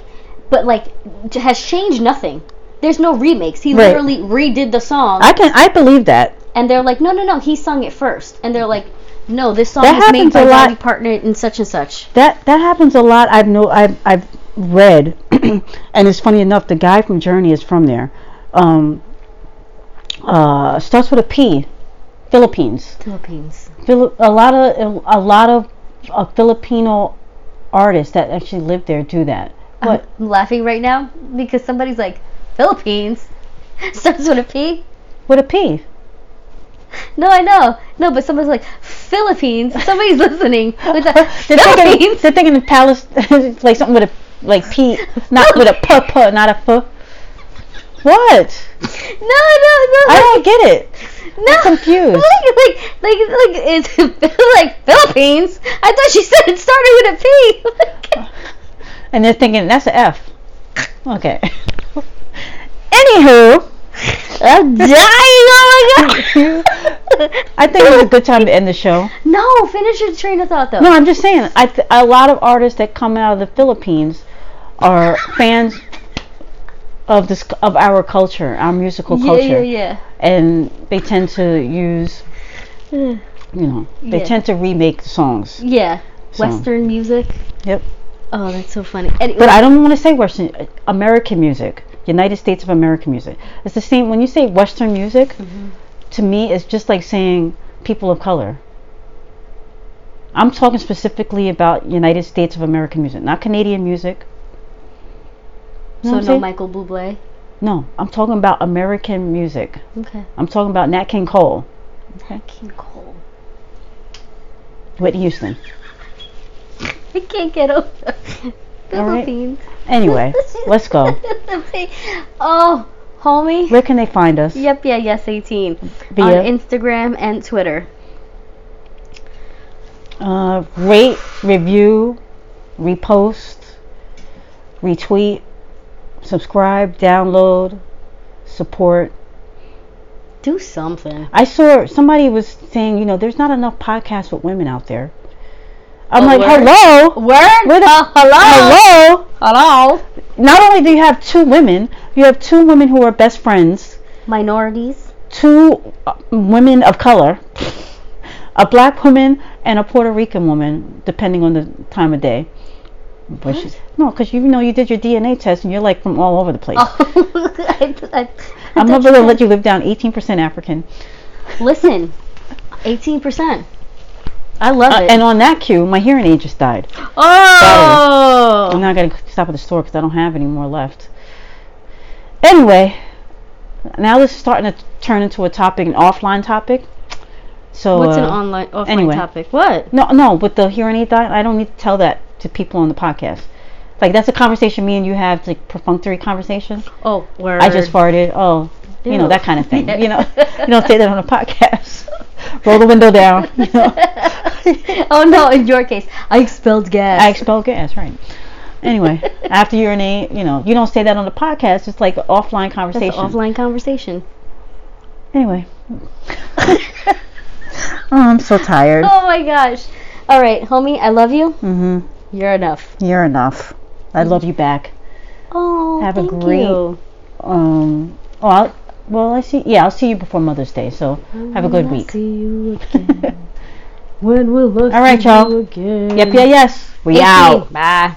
Speaker 1: but like j- has changed nothing. There's no remakes. He
Speaker 2: Right.
Speaker 1: literally redid the song,
Speaker 2: I can. I believe that.
Speaker 1: and they're like, no, no, no, he sung it first, and they're like, no, this song
Speaker 2: That
Speaker 1: was made
Speaker 2: happens
Speaker 1: by
Speaker 2: a lot.
Speaker 1: Dolly Parton and such and such.
Speaker 2: That that happens a lot. I've know. I've I've read, [clears throat] and it's funny enough. The guy from Journey is from there. Um. Uh, starts with a P. Philippines.
Speaker 1: Philippines.
Speaker 2: Phil- a lot of a lot of uh, Filipino artists that actually live there do that. But
Speaker 1: I'm laughing right now because somebody's like, Philippines [laughs] starts with a P.
Speaker 2: with a P.
Speaker 1: No, I know. No, but someone's like Philippines. Somebody's [laughs] listening. With the
Speaker 2: [laughs] They're thinking,
Speaker 1: Philippines. [laughs]
Speaker 2: they're thinking of palace, [laughs] like something with a like P, not with a p p, not a f. What?
Speaker 1: No, no, no.
Speaker 2: I
Speaker 1: like-
Speaker 2: don't get it.
Speaker 1: no.
Speaker 2: I'm confused.
Speaker 1: Like, like, like, like, it's [laughs] like Philippines. I thought she said it started with a P. Like,
Speaker 2: And they're thinking that's a F. Okay. [laughs] Anywho, Uh,
Speaker 1: [laughs] I'm dying. Oh my god.
Speaker 2: [laughs] I think it's a good time to end the show.
Speaker 1: no, finish your train of thought though.
Speaker 2: No, I'm just saying. I th- a lot of artists that come out of the Philippines are fans of this of our culture, our musical
Speaker 1: yeah,
Speaker 2: culture,
Speaker 1: yeah,
Speaker 2: and they tend to use, Hmm.
Speaker 1: yeah.
Speaker 2: you know, they
Speaker 1: Yeah.
Speaker 2: tend to remake songs.
Speaker 1: Yeah.
Speaker 2: So-
Speaker 1: Western music.
Speaker 2: Yep.
Speaker 1: Oh, that's so funny. Anyway,
Speaker 2: But I don't want to say Western uh, American music. United States of American music. It's the same when you say Western music. To me, it's just like saying people of color. I'm talking specifically about United States of American music, not Canadian music. You know
Speaker 1: so
Speaker 2: what I'm
Speaker 1: no
Speaker 2: saying?
Speaker 1: Michael Bublé.
Speaker 2: No, I'm talking about American music.
Speaker 1: Okay.
Speaker 2: I'm talking about Nat King Cole,
Speaker 1: King Cole.
Speaker 2: Whitney Houston.
Speaker 1: I can't get over [laughs] Philippines. [laughs]
Speaker 2: Anyway, let's go.
Speaker 1: oh, homie.
Speaker 2: Where can they find us?
Speaker 1: Yep, yeah, yes, 18.
Speaker 2: Via-
Speaker 1: On Instagram and Twitter.
Speaker 2: Uh, rate, review, repost, retweet, subscribe, download, support.
Speaker 1: Do something.
Speaker 2: I saw somebody was saying, you know, there's not enough podcasts with women out there. I'm
Speaker 1: Oh,
Speaker 2: like,
Speaker 1: word.
Speaker 2: hello,
Speaker 1: Word?
Speaker 2: Where the-
Speaker 1: Uh, [laughs] hello?
Speaker 2: hello.
Speaker 1: Hello?
Speaker 2: Not only do you have two women, you have two women who are best friends,
Speaker 1: Minorities.
Speaker 2: two uh, women of color, [laughs] a black woman and a Puerto Rican woman, depending on the time of day. But she's- no, because you know you did your DNA test and you're like from all over the place.
Speaker 1: Oh, [laughs] [laughs] I, I, I thought
Speaker 2: I'm not gonna
Speaker 1: you
Speaker 2: let you live down 18% African.
Speaker 1: said- Listen, 18%. I love
Speaker 2: Uh,
Speaker 1: it.
Speaker 2: and on that cue, my hearing aid just died.
Speaker 1: oh!
Speaker 2: And now I gotta stop at the store because I don't have any more left. Anyway, now this is starting to turn into a topic, an offline topic. So
Speaker 1: What's an
Speaker 2: uh,
Speaker 1: online offline
Speaker 2: anyway.
Speaker 1: topic? What?
Speaker 2: No, no, with the hearing aid diet, I don't need to tell that to people on the podcast. Like that's a conversation me and you have, like perfunctory conversation.
Speaker 1: Oh, word.
Speaker 2: I just farted. Oh, you know
Speaker 1: Ew.
Speaker 2: that kind of thing.
Speaker 1: Yeah.
Speaker 2: You know, you don't say that on a podcast. [laughs] Roll the window down. You know,
Speaker 1: [laughs] oh no, in your case, I expelled gas.
Speaker 2: I expel gas, right? [laughs] Anyway, after urinate, you know, you don't say that on the podcast. It's like offline
Speaker 1: That's
Speaker 2: conversation.
Speaker 1: an offline conversation.
Speaker 2: Anyway, [laughs] oh, I'm so tired.
Speaker 1: Oh my gosh. All right, homie, I love you.
Speaker 2: hmm
Speaker 1: You're enough.
Speaker 2: You're enough. I love you back.
Speaker 1: Oh,
Speaker 2: Have a
Speaker 1: thank
Speaker 2: great-
Speaker 1: you.
Speaker 2: Um. Oh, I'll, well, I see. Yeah, I'll see you before Mother's Day. So have a good
Speaker 1: When I
Speaker 2: week.
Speaker 1: See you
Speaker 2: [laughs]
Speaker 1: again. when will I
Speaker 2: All right,
Speaker 1: see
Speaker 2: y'all.
Speaker 1: you again?
Speaker 2: Yep. Yeah. Yes. We
Speaker 1: 18.
Speaker 2: out.
Speaker 1: Bye.